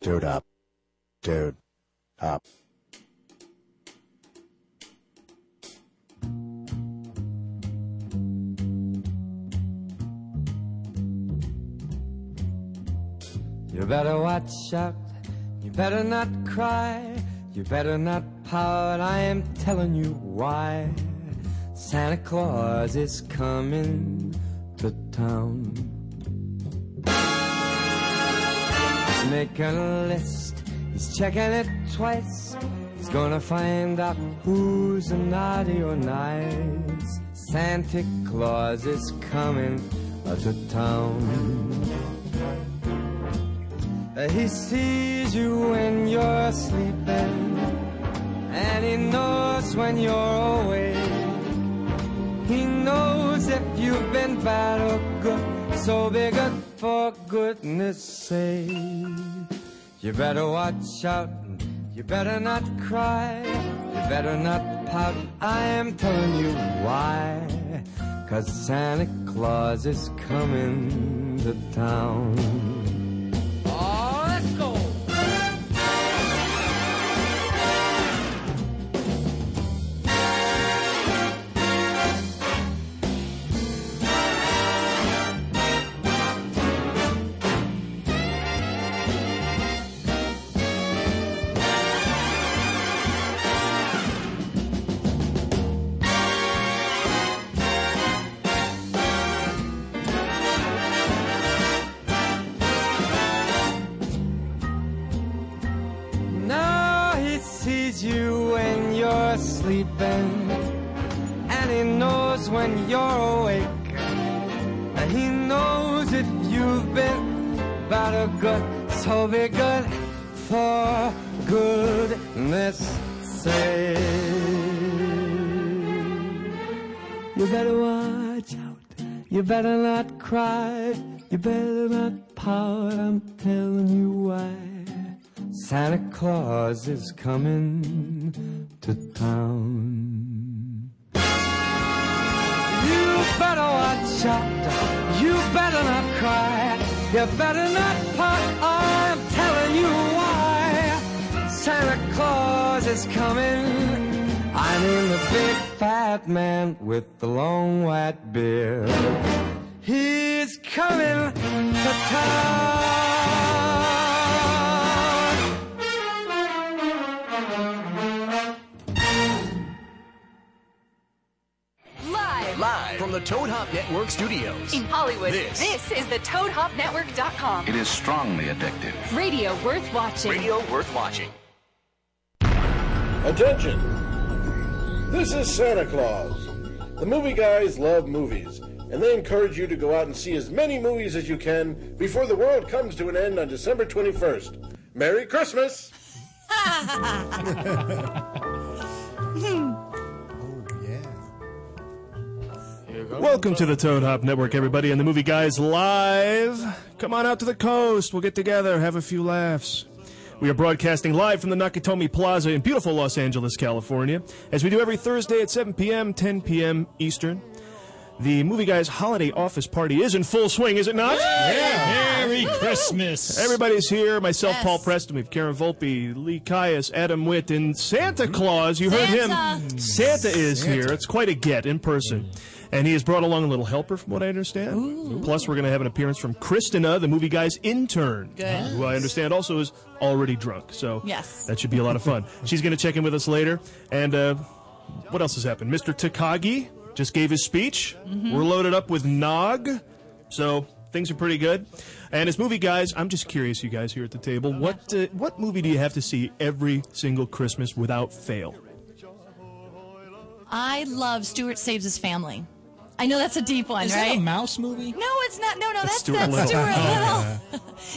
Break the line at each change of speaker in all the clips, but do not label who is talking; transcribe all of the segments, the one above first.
Dude up. Dude up.
You better watch out. You better not cry. You better not pout. I am telling you why. Santa Claus is coming to town. He's making a list. He's checking it twice. He's gonna find out who's a naughty or nice. Santa Claus is coming to town. Uh, He sees you when you're sleeping, and he knows when you're awake. He knows if you've been bad or good, so be good for goodness sake. You better watch out, you better not cry, you better not pout. I am telling you why, cause Santa Claus is coming to town. Oh, let's go. Now he sees you when you're sleeping, and he knows when you're awake, and he knows if you've been bad or good, so be good for goodness sake. You better watch out, you better not cry, you better not pout, I'm telling you why. Santa Claus is coming to town. You better watch out. You better not cry. You better not pout. I'm telling you why. Santa Claus is coming. I mean the big fat man with the long white beard. He's coming to town.
Live
Live from the Toad Hop Network studios.
in Hollywood,
This.
is the ToadHopNetwork.com.
It is strongly addictive.
Radio worth watching.
Radio worth watching.
Attention! This is Santa Claus. The movie guys love movies, and they encourage you to go out and see as many movies as you can before the world comes to an end on December 21st. Merry Christmas!
Welcome to the Toad Hop Network, everybody, and the movie guys live. Come on out to the coast. We'll get together, have a few laughs. We are broadcasting live from the Nakatomi Plaza in beautiful Los Angeles, California, as we do every Thursday at 7 p.m., 10 p.m. Eastern. The Movie Guys holiday office party is in full swing, is it not?
Merry Christmas.
Everybody's here. Myself, Paul Preston. We have Karen Volpe, Lee Caius, Adam Witt, and Santa Claus. You heard him. Santa is here. It's quite a get in person. And he has brought along a little helper, from what I understand. Plus, we're going to have an appearance from Kristina, the movie guy's intern,
Good.
who I understand also is already drunk. So
Yes.
that should be a lot of fun. She's going to check in with us later. And uh, what else has happened? Mr. Takagi just gave his speech. We're loaded up with Nog. So things are pretty good. And as movie guys, I'm just curious, you guys here at the table, what uh, what movie do you have to see every single Christmas without fail?
I love Stuart Saves His Family. I know that's a deep one,
Is that
right?
a mouse movie?
no, it's not. No, no, that's,
Stuart
that's
Little.
Stuart Little.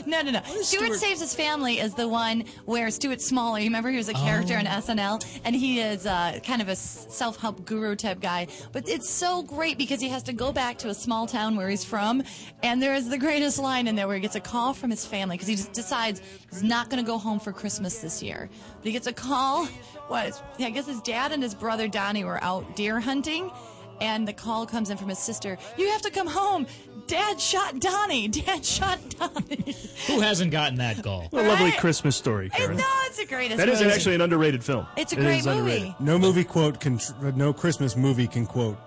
no, no, no. Stuart,
Stuart-
Saves His Family is the one where Stuart Smaller, you remember he was a character on SNL, and he is uh, kind of a s- self help guru type guy. But it's so great because he has to go back to a small town where he's from, and there is the greatest line in there where he gets a call from his family because he just decides he's not going to go home for Christmas this year. But he gets a call. What? I guess his dad and his brother Donnie were out deer hunting and the call comes in from his sister. You have to come home. Dad shot Donnie. Dad shot Donnie.
Who hasn't gotten that goal?
What a lovely
Right?
Christmas story,
I
Karen.
know it's the greatest.
That is
movie.
actually an underrated film.
It's a
It
great
is underrated.
movie.
No movie quote can, tr- uh, no Christmas movie can quote,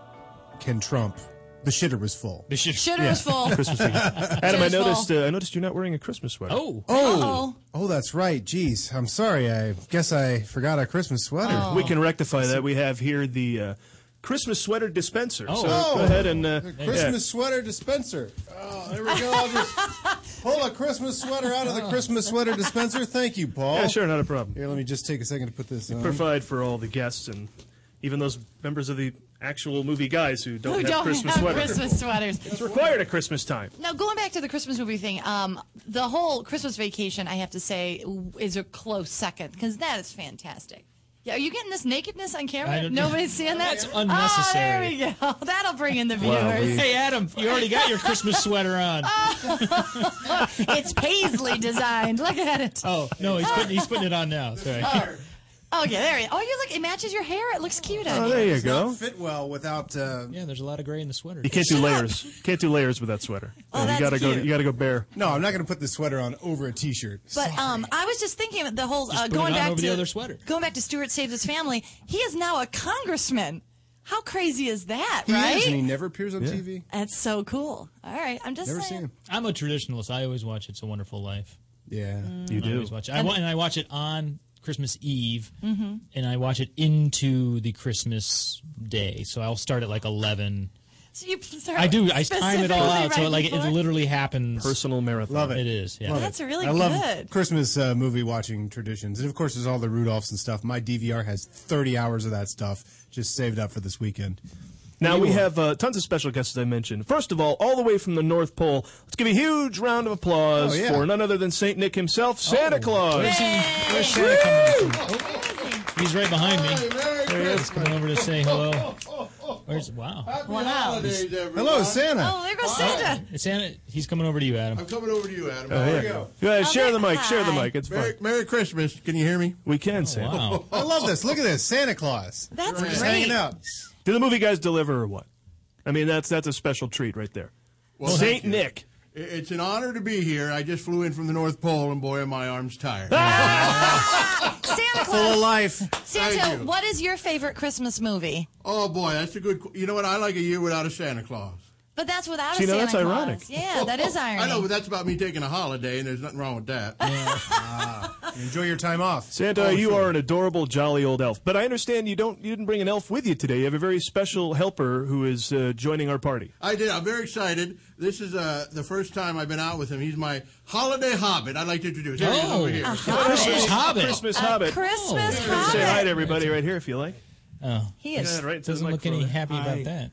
can trump. The shitter was full.
The shit-
Shitter is full.
Christmas movie. Adam, I
Cheers,
noticed. Uh, I noticed you're not wearing a Christmas sweater.
Oh,
Uh-oh.
Oh, that's right. Jeez, I'm sorry. I guess I forgot our Christmas sweater.
Oh.
We can rectify that. We have here the uh, Christmas sweater dispenser.
Oh.
So
Oh.
go ahead and uh,
Christmas sweater dispenser. Oh, there we go. I'll just pull a Christmas sweater out of the Christmas sweater dispenser. Thank you, Paul.
Yeah. yeah, sure, not a problem.
Here, let me just take a second to put this on.
Provide for all the guests and even those members of the actual movie guys who don't
Who
have
don't
Christmas
have
sweaters.
Christmas sweaters?
It's required at Christmas time.
Now, going back to the Christmas movie thing, um, the whole Christmas vacation, I have to say, w- is a close second because that is fantastic. Yeah, are you getting this nakedness on
I
camera?
don't-
Nobody's seeing that.
That's unnecessary.
Oh, there we go. That'll bring in the viewers. Oh,
hey Adam, you already got your Christmas sweater on.
it's paisley designed. Look at it.
Oh no, he's putting he's putting it on now. Sorry.
Oh yeah, there. It, oh, you look. It matches your hair. It looks cute on
Oh,
you.
there you
Does not
go.
fit well without. Uh,
Yeah, there's a lot of gray in the sweater.
You can't do layers. Can't do layers with that sweater.
Oh,
Yeah,
that's
you gotta go.
cute.
You gotta go bare.
No, I'm not going to put this sweater on over a T-shirt.
But um, I was just thinking of the whole uh,
put it
going
on
back
over
to
the other sweater.
Going back to Stuart saves his family. He is now a congressman. How crazy is that,
He is,
right?
and he never appears on TV.
That's so cool. All right, I'm just
Never seen
saying.
him.
I'm a traditionalist. I always watch It's a Wonderful Life.
Yeah.
Mm.
You
I
do.
always watch it. I wa- and I watch it on Christmas Eve,
Mm-hmm.
and I watch it into the Christmas day. So I'll start at like eleven.
So you start
I do. I time it all
specifically
out so
right
it, like it
before?
literally happens.
Personal marathon.
Love it.
It is. Yeah.
Love
That's
it.
really
I love
good.
Christmas uh, movie watching traditions, and of course, there's all the Rudolphs and stuff. My DVR has 30 hours of that stuff just saved up for this weekend.
Now we have uh, tons of special guests, as I mentioned. First of all, all the way from the North Pole, let's give a huge round of applause
Oh, yeah.
for none other than Saint Nick himself, Santa Claus.
Where's he- Oh, where's Santa coming from? Oh, he's right behind me. There he is, coming over to say hello. Where's wow?
Wow.
Hello, Santa.
Oh, there goes Santa.
It's Santa. He's coming over to you, Adam.
Coming over to you,
Oh,
Adam.
Go ahead, share the
Oh, that-
mic. Share the
hi.
mic. It's fine.
Merry, Merry Christmas.
Can you hear me?
We can, Santa.
Oh, Wow.
I love this. Look at this, Santa Claus.
That's
Just
great.
hanging out.
Do the movie guys deliver or what? I mean, that's that's a special treat right there. Saint Nick.
I- It's an honor to be here. I just flew in from the North Pole, and boy, are my arms tired.
Ah!
Santa
Full of
Claus.
life.
Thank
Santa,
you.
what is your favorite Christmas movie?
Oh boy, that's a good. qu- You know what? I like a year without a Santa Claus.
But that's without
See,
a
now
Santa
that's
Claus.
ironic.
Yeah, that is irony.
I know, but that's about me taking a holiday, and there's nothing wrong with that.
Ah. Enjoy your time off.
Santa,
Oh,
you are an adorable, jolly old elf. But I understand you don't you didn't bring an elf with you today. You have a very special helper who is uh, joining our party.
I did. I'm very excited. This is uh, the first time I've been out with him. He's my holiday hobbit. I'd like to introduce. There he is
Oh.
over here.
Christmas Hobbit.
Christmas
A
Hobbit.
Christmas
You can Say hi to
Hobbit.
everybody right here if you like.
Oh,
He is.
Yeah, right into the
doesn't look
microphone.
any happy about that.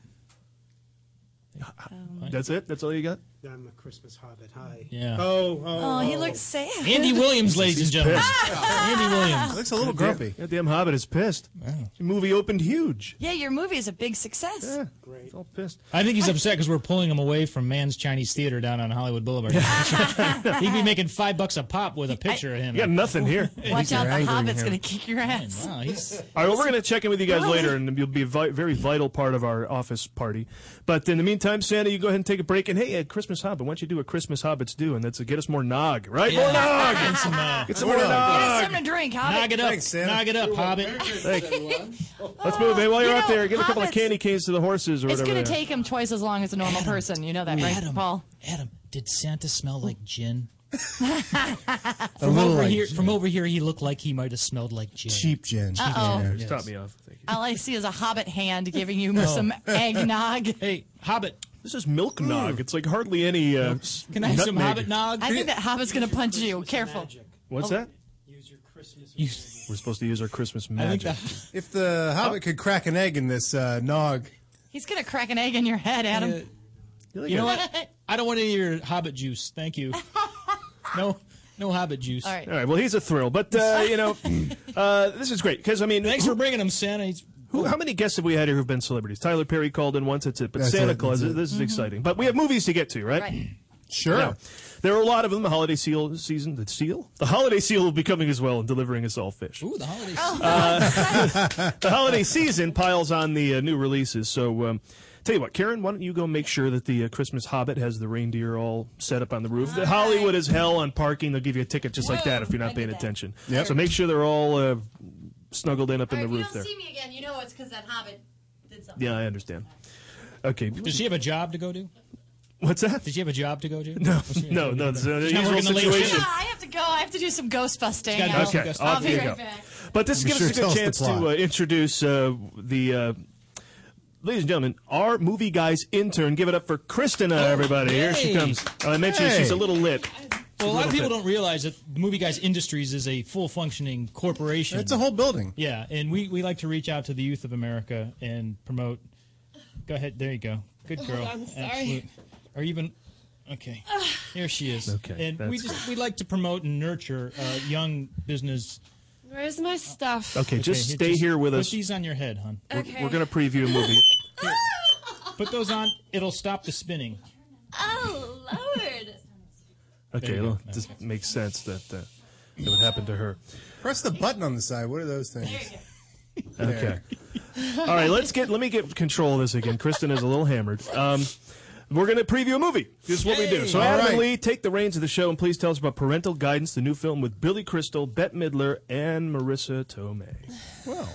Um, That's it. That's all you got.
I'm a Christmas hobbit. Hi.
Yeah.
Oh, oh.
Oh, he looks sad.
Andy Williams, ladies and gentlemen. Andy Williams.
Looks a little grumpy.
That damn Hobbit is pissed. The movie opened huge.
Yeah, your movie is a big success.
Yeah, It's all pissed.
I think he's upset because we're pulling him away from Man's Chinese Theater down on Hollywood Boulevard. He'd be making five bucks a pop with a picture of him.
You got nothing here.
Watch out, the
angry
Hobbit's
here.
going to kick your ass.
Wow, he's
All right, well, we're going to check in with you guys
Really?
later, and you'll be a vi- very vital part of our office party. But in the meantime, Santa, you go ahead and take a break. And hey, uh, Christmas Hobbit, why don't you do what Christmas Hobbits do? And that's to get us more nog, right? More nog!
some, uh,
Get some more
More nog.
Get
nog!
us something to drink,
knock
Hobbit.
it up,
Thanks, Santa.
knock it up, Hobbit.
Let's move. Hey, while you're
You
out
know,
there, give a couple of
hobbits-
candy canes to the horses or
It's
whatever.
going to
they are.
take him twice as long as a normal person. You know that, right,
Adam,
Paul?
Adam, did Santa smell like gin?
a
From
little
over
like
here, from over here, he looked like he might have smelled like gin.
cheap gin.
Just top me off. Thank you.
All I see is a hobbit hand giving you some eggnog.
Hey, Hobbit,
This is milk nog. It's like hardly any. Uh, s-
can I have some
nutmeg.
Hobbit nog?
I think that hobbit's going to punch you. Careful.
What's that?
Use your Christmas.
Oh. You-
We're supposed to use our Christmas
I think
magic.
that Oh.
If the Hobbit could crack an egg in this uh, nog,
He's going to crack an egg in your head, Adam.
you know what? I don't want any of your Hobbit juice. Thank you. No, no Hobbit juice.
All right.
All right. Well, he's a thrill, but uh, you know, uh, this is great because I mean,
Thanks for bringing him, Santa. He's
who, how many guests have we had here who've been celebrities? Tyler Perry called in once. That's it. But
That's
Santa
it,
Claus.
that's it.
This is exciting. But we have movies to get to, right?
Right.
Sure.
Now, there are a lot of them. The holiday seal season, the seal, the holiday seal will be coming as well and delivering us all fish.
Ooh, the holiday
Uh, the holiday season piles on the uh, new releases. So, um, tell you what, Karen, why don't you go make sure that the uh, Christmas Hobbit has the reindeer all set up on the roof? The Hollywood is hell on parking. They'll give you a ticket just like that if you're not paying attention. So make sure they're all uh, snuggled in up in the roof there.
me again, you know it's because that hobbit did something.
Yeah, I understand. Okay.
Does she have a job to go to?
What's that?
Did she have a job to go to?
No, no, no. It's an
She's not
unusual
working the late
situation.
Yeah, I have to go. I have to do some ghost busting.
Okay,
I'll,
off
I'll be
you
right
go.
back.
But this
Be
gives
sure
us a
to tell
good
us the
chance
plot.
to uh, introduce uh, the. Uh, Ladies and gentlemen, our movie guys intern, give it up for Kristina, everybody. Here she
hey.
comes. Uh, I mentioned
Hey.
she's a little lit.
Well, a lot of people
Little
don't realize that Movie Guys Industries is a full functioning corporation.
It's a whole building.
Yeah, and we, we like to reach out to the youth of America and promote. Go ahead. There you go. Good
Hold
girl.
on, Oh, sorry.
Or even. Okay. Here she is.
Okay,
And we
that's
just we like to promote and nurture uh, young business.
Where's my stuff?
Okay, just stay here with us.
Put these on your head, hon.
We're,
Okay.
we're going to preview a movie.
Put those on. It'll stop the spinning.
Oh Lord!
Okay,
you
well, this makes sense that uh, that would happen to her.
Press the button on the side. What are those things?
Okay. All right, let's get let me get control of this again. Kristen is a little hammered. Um, we're going to preview a movie. This is what we do. So,
All
Adam and
right.
Lee, take the reins of the show and please tell us about Parental Guidance, the new film with Billy Crystal, Bette Midler, and Marissa Tomei.
Well,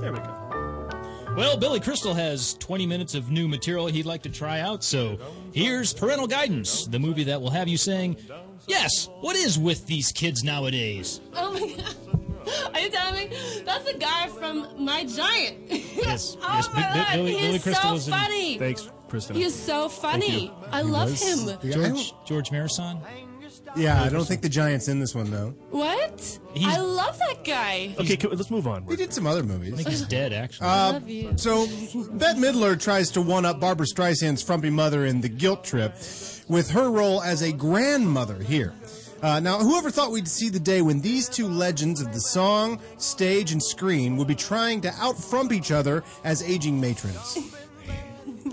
there we go.
Well, Billy Crystal has 20 minutes of new material he'd like to try out, so here's Parental Guidance, the movie that will have you saying, Yes, what is with these kids nowadays?
Oh my God! Are you telling me that's the guy from My Giant?
Yes,
oh
yes,
my
Bi- Bi-
God!
Billy-
He's
Billy Crystal
so
is in-
funny.
Thanks, Kristen.
He is so funny. I love him.
George, George Marison?
yeah, I don't think the Giants in this one though.
What?
He's-
I love that guy.
Okay, can, let's move on.
He did some other movies. I think
he's dead, actually.
I love you.
So, Bette Midler tries to one up Barbara Streisand's frumpy mother in The Guilt Trip with her role as a grandmother here. Uh, now, whoever thought we'd see the day when these two legends of the song, stage, and screen would be trying to out frump each other as aging matrons?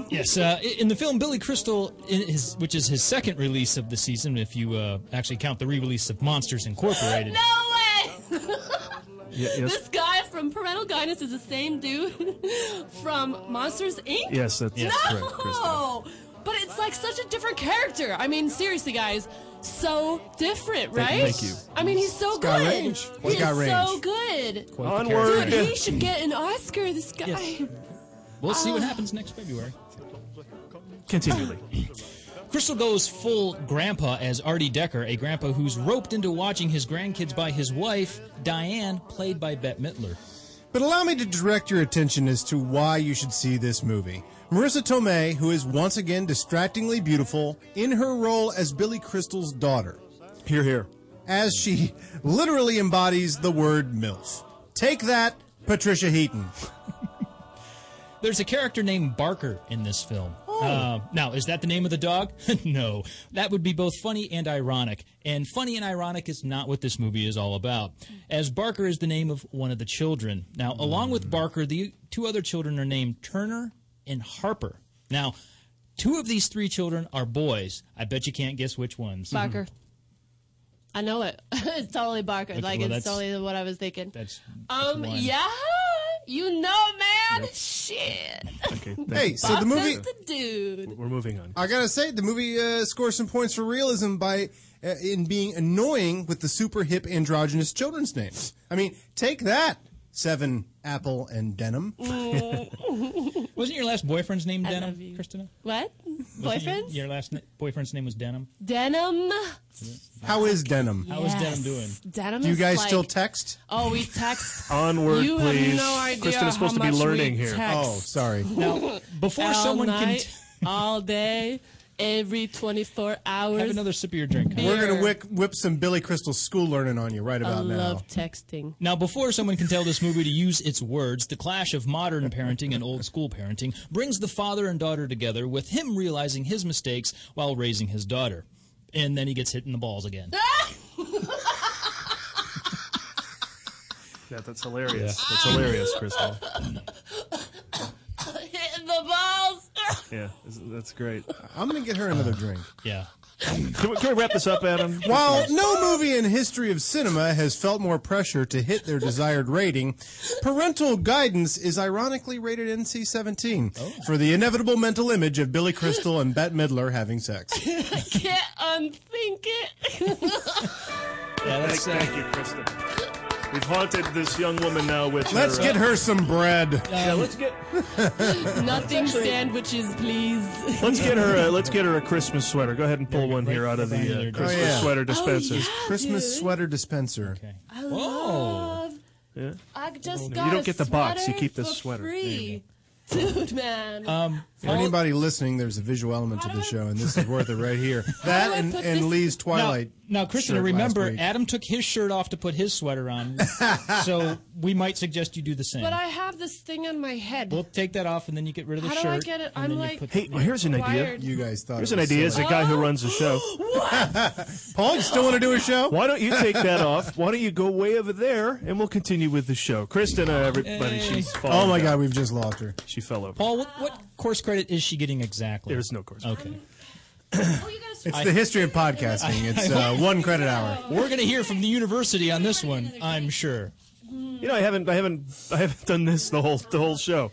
Yes, uh, i- in the film Billy Crystal, in his, which is his second release of the season, if you uh, actually count the re-release of Monsters Incorporated.
No way!
Ye-
This guy from Parental Guidance is the same dude from Monsters Inc.
Yes, that's
no!
yes, correct, Kristen.
But it's like such a different character. I mean, seriously, guys, so different,
Thank-
right?
thank you.
I mean, he's so
He's
good.
got range.
He
He's
is
got
so
range.
good.
Quite the Onward.
Dude,
character.
he should get an Oscar. This guy.
We'll see what happens next February.
Continue, Lee.
Crystal goes full grandpa as Artie Decker, a grandpa who's roped into watching his grandkids by his wife, Diane, played by Bette Midler.
But allow me to direct your attention as to why you should see this movie. Marissa Tomei, who is once again distractingly beautiful in her role as Billy Crystal's daughter.
Here, here.
as she literally embodies the word MILF. Take that, Patricia Heaton.
There's a character named Barker in this film.
Oh.
Uh, now, is that the name of the dog? no. That would be both funny and ironic. And funny and ironic is not what this movie is all about, as Barker is the name of one of the children. Now, along with Barker, the two other children are named Turner and Harper. Now, two of these three children are boys. I bet you can't guess which ones.
Barker. Mm-hmm. I know it. it's totally Barker.
Okay,
like
well, that's-
it's totally what I was thinking.
That's
um,
one.
yeah, you know, man. Shit.
Okay. thank
Hey,
you.
so the movie.
Barker's the dude.
We're moving on.
I gotta say, the movie uh, scores some points for realism by uh, in being annoying with the super hip androgynous children's names. I mean, take that, Seven, Apple, and Denim.
Wasn't your last boyfriend's name
I
Denim,
love you.
Christina?
What?
Wasn't your-
Boyfriends?
Your, last na- boyfriend's name was Denim.
Denim.
How is Denim?
How is Denim doing?
Denim.
Do you
is
guys
like-
still text?
Oh, we text.
Onward,
You have
please.
no idea
Kristen is supposed
how
to be
much we
learning here.
text.
Oh, sorry.
Now, before
all
someone can.
night,
T-
all day, every 24 hours.
have another sip of your drink. huh?
We're gonna
Here.
whip, whip some Billy Crystal school learning on you right
I
about now.
love texting.
Now, before someone can tell this movie to use its words, the clash of modern parenting and old school parenting brings the father and daughter together, with him realizing his mistakes while raising his daughter. And then he gets hit in the balls again.
Yeah, that's hilarious. That's hilarious, Crystal.
Hitting the balls.
Yeah, that's- that's great.
I'm gonna get her another drink.
Yeah.
Can we, can we wrap this up, Adam?
While no movie in history of cinema has felt more pressure to hit their desired rating, parental guidance is ironically rated NC-17
Oh.
for the inevitable mental image of Billy Crystal and Bette Midler having sex.
I can't unthink it.
Yeah, that's, thank, thank you, Kristen. We've haunted this young woman now with.
Let's
her,
get
uh,
her some bread.
Yeah, let's get.
Nothing sandwiches, please.
Let's get her. A, let's get her a Christmas sweater. Go ahead and pull one here out of the uh, Christmas sweater dispenser.
Oh, Christmas sweater dispenser.
I love.
Yeah.
I Oh.
You
just got.
don't
a
get the box, you
sweater
keep the
for
sweater. There you
Free. Dude, man.
Uh,
Um,
For anybody listening, there's a visual element to the show, and this is worth it right here. That and, and Lee's Twilight.
Now, now Kristen,
shirt last
remember,
week.
Adam took his shirt off to put his sweater on, so we might suggest you do the same.
But I have this thing on my head.
we'll take that off, and then you get rid of the
How do
shirt.
I get it?
and
I'm
then you
like
put-
Hey, well, here's an idea.
wired. You
guys thought.
Here's an idea. As a guy who runs the show.
Paul, you still want to do a show?
Why don't you take that off? Why don't you go way over there, and we'll continue with the show. Kristen, uh, everybody, she's. fallen
Oh my
down.
God, we've just lost her.
She fell over.
Paul, what, what course credit is she getting exactly?
There's no course.
Okay.
It's the history of podcasting. It's uh, one credit hour.
We're going to hear from the university on this one, I'm sure.
You know, I haven't, I haven't, I haven't done this the whole, the whole show.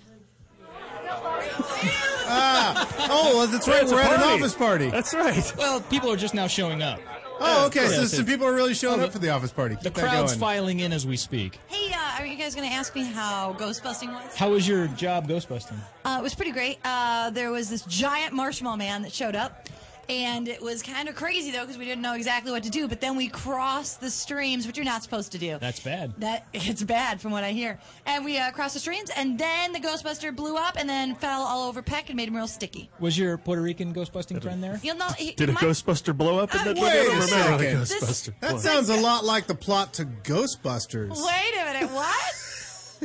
Ah, oh, that's
Yeah,
right.
it's a
We're at an
party.
office party.
That's right.
Well, people are just now showing up.
Oh, okay. So
Yeah.
some people are really showing up for the office party. Keep
The
that
crowd's
going.
filing in as we speak.
Hey, uh, are you guys going to ask me how ghost busting was?
How was your job ghost busting?
Uh, it was pretty great. Uh, there was this giant marshmallow man that showed up. And it was kind of crazy though because we didn't know exactly what to do. But then we crossed the streams, which you're not supposed to do.
That's bad.
That it's bad from what I hear. And we uh, crossed the streams, and then the Ghostbuster blew up, and then fell all over Peck and made him real sticky.
Was your Puerto Rican ghost busting friend there?
You'll know. He,
Did a
my-
Ghostbuster blow up? in
Uh,
that
wait
I
a
don't remember
second.
the
This-
Ghostbuster.
That
blow.
sounds a lot like the plot to Ghostbusters.
Wait a minute, what?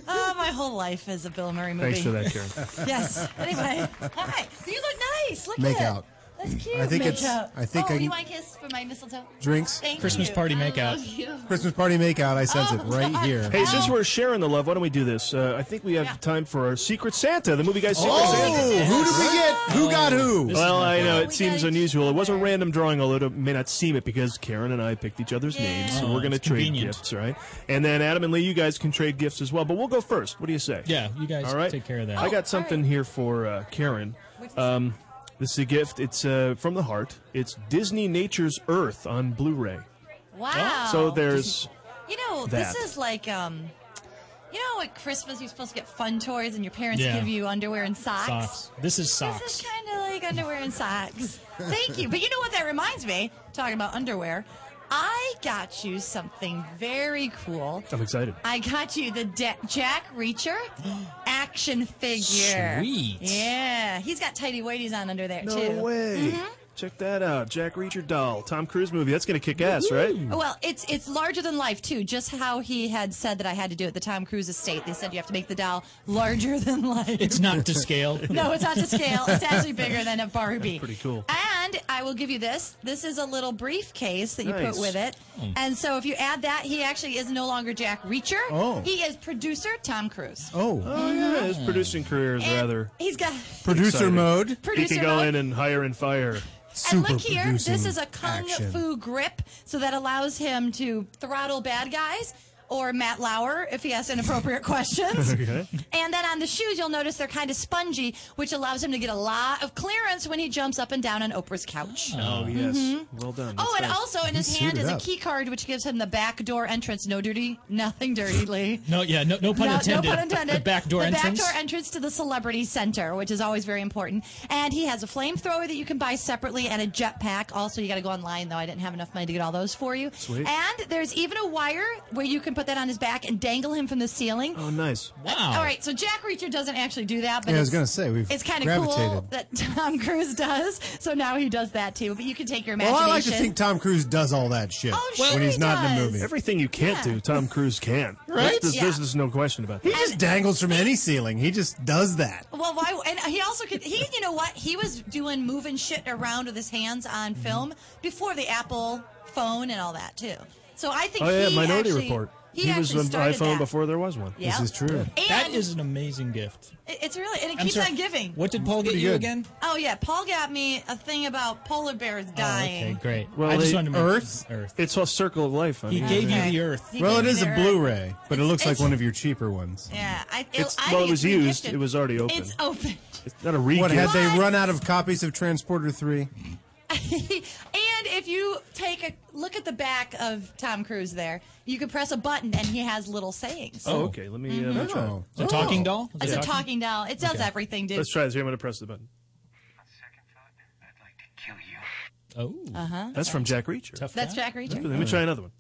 oh, my whole life is a Bill Murray movie.
Thanks for that, Karen.
yes. Anyway, hi. You look nice. Look
Make
at it.
out.
That's cute.
I think
Make
it's-
out.
I think
oh,
I-
you want a kiss for my mistletoe?
Drinks.
Thank
Christmas
you.
party makeout.
Christmas party makeout. I sense it right here.
Hey, since we're sharing the love, why don't we do this? Uh, I think we have time for our Secret Santa, the movie guy's Secret Santa.
Oh, who did we get? Who got who?
Well, I know it seems unusual. It was a random drawing, although it may not seem it because Karen and I picked each other's names, so
Oh,
we're going to
it's
trade
convenient.
gifts, right? And then Adam and Lee, you guys can trade gifts as well, but we'll go first. What do you say?
Yeah, you guys
All right,
take care of that.
I
Oh,
got something here for uh, Karen. Um, this is a gift. It's uh, from the heart. It's Disney Nature's Earth on Blu-ray.
Wow.
So there's
You know,
that.
this is like um. You know, at Christmas you're supposed to get fun toys, and your parents
Yeah.
give you underwear and socks.
Socks. This is
This
socks.
is kind of like underwear and socks. Thank you. But you know what that reminds me? Talking about underwear, I got you something very cool.
I'm excited.
I got you the Da- Jack Reacher action figure.
Sweet.
Yeah, he's got tidy whities on under there
No
too. Mm-hmm.
way. Check that out. Jack Reacher doll. Tom Cruise movie. That's going to kick ass, right?
Oh, Well, it's it's larger than life too. Just how he had said that I had to do it. The Tom Cruise estate. They said you have to make the doll larger than life.
It's not to scale.
No, it's not to scale. It's actually bigger than a Barbie.
pretty cool.
And I will give you this. This is a little briefcase that you
Nice.
put with it.
Hmm.
And so if you add that, he actually is no longer Jack Reacher.
Oh.
He is producer Tom Cruise.
Oh.
Oh yeah, his producing career is rather
He's got
exciting.
mode.
he
Producer
can go
mode.
in and hire and fire.
And look here, this is a kung fu grip, so that allows him to throttle bad guys or Matt Lauer if he asks inappropriate questions.
Okay.
And then on the shoes, you'll notice they're kind of spongy, which allows him to get a lot of clearance when he jumps up and down on Oprah's couch.
Oh yes, well done.
Oh,
That's
and
nice.
also in his hand is a key card, which gives him the back door entrance. No dirty, nothing dirty, Lee.
No, yeah, no, no pun
No-
intended.
No pun intended.
The back door
the
entrance.
back door entrance to the Celebrity Center, which is always very important. And he has a flamethrower that you can buy separately and a jetpack. Also, you got to go online though. I didn't have enough money to get all those for you.
Sweet.
And there's even a wire where you can put that on his back and dangle him from the ceiling. Uh,
Oh, nice.
All right, so Jack Reacher doesn't actually do that, but
Yeah, I
it's,
was gonna say, we've
it's kind of cool
gravitated.
that Tom Cruise does. So now he does that too. But you can take your
Well,
imagination.
I like to think Tom Cruise does all that shit
Oh, sure
when
he
he's not in the
does.
movie.
Everything you can't
Yeah.
do, Tom Cruise can.
Right?
There's,
Yeah.
there's, there's no question about
He
that.
just dangles from any ceiling. He just does that.
Well, why? And he also could. He, you know what? He was doing moving shit around with his hands
Mm-hmm.
on film before the Apple phone and all that too. So I think.
Oh yeah,
he
Minority
actually-
Report.
He
He, was
actually
an
started
iPhone
that.
before there was one.
Yeah. This is true.
that
And-
is an amazing gift.
It- It's really, and it
I'm
keeps
sorry,
on giving.
What did Paul get
Pretty
you
good.
again?
Oh yeah, Paul got me a thing about polar bears
Oh,
dying.
Okay, great.
Well,
I just
they-
wanted to make-
Earth? It's a circle of life. I
He
mean,
gave you
yeah.
the Earth.
He
well, it
gave me
is a
the Earth.
Blu-ray, but it looks
It's-
like one of your cheaper ones.
Yeah, I, it,
It's-
I
well,
think
it was
it's
used.
regifted.
It was already open.
It's open.
It's not a re
What had they run out of copies of Transporter Three?
And if you take a look at the back of Tom Cruise there, you can press a button and he has little sayings.
Oh, okay. Let me. Uh, let me try.
Oh.
it.
It's a talking doll? Is
Mm-hmm. It's
it
a talking doll. It does everything, dude.
Let's try this. Here, I'm going to press the button.
Oh.
Uh-huh.
That's from Jack Reacher.
Tough
That's
guy.
Jack Reacher.
Let me try another one.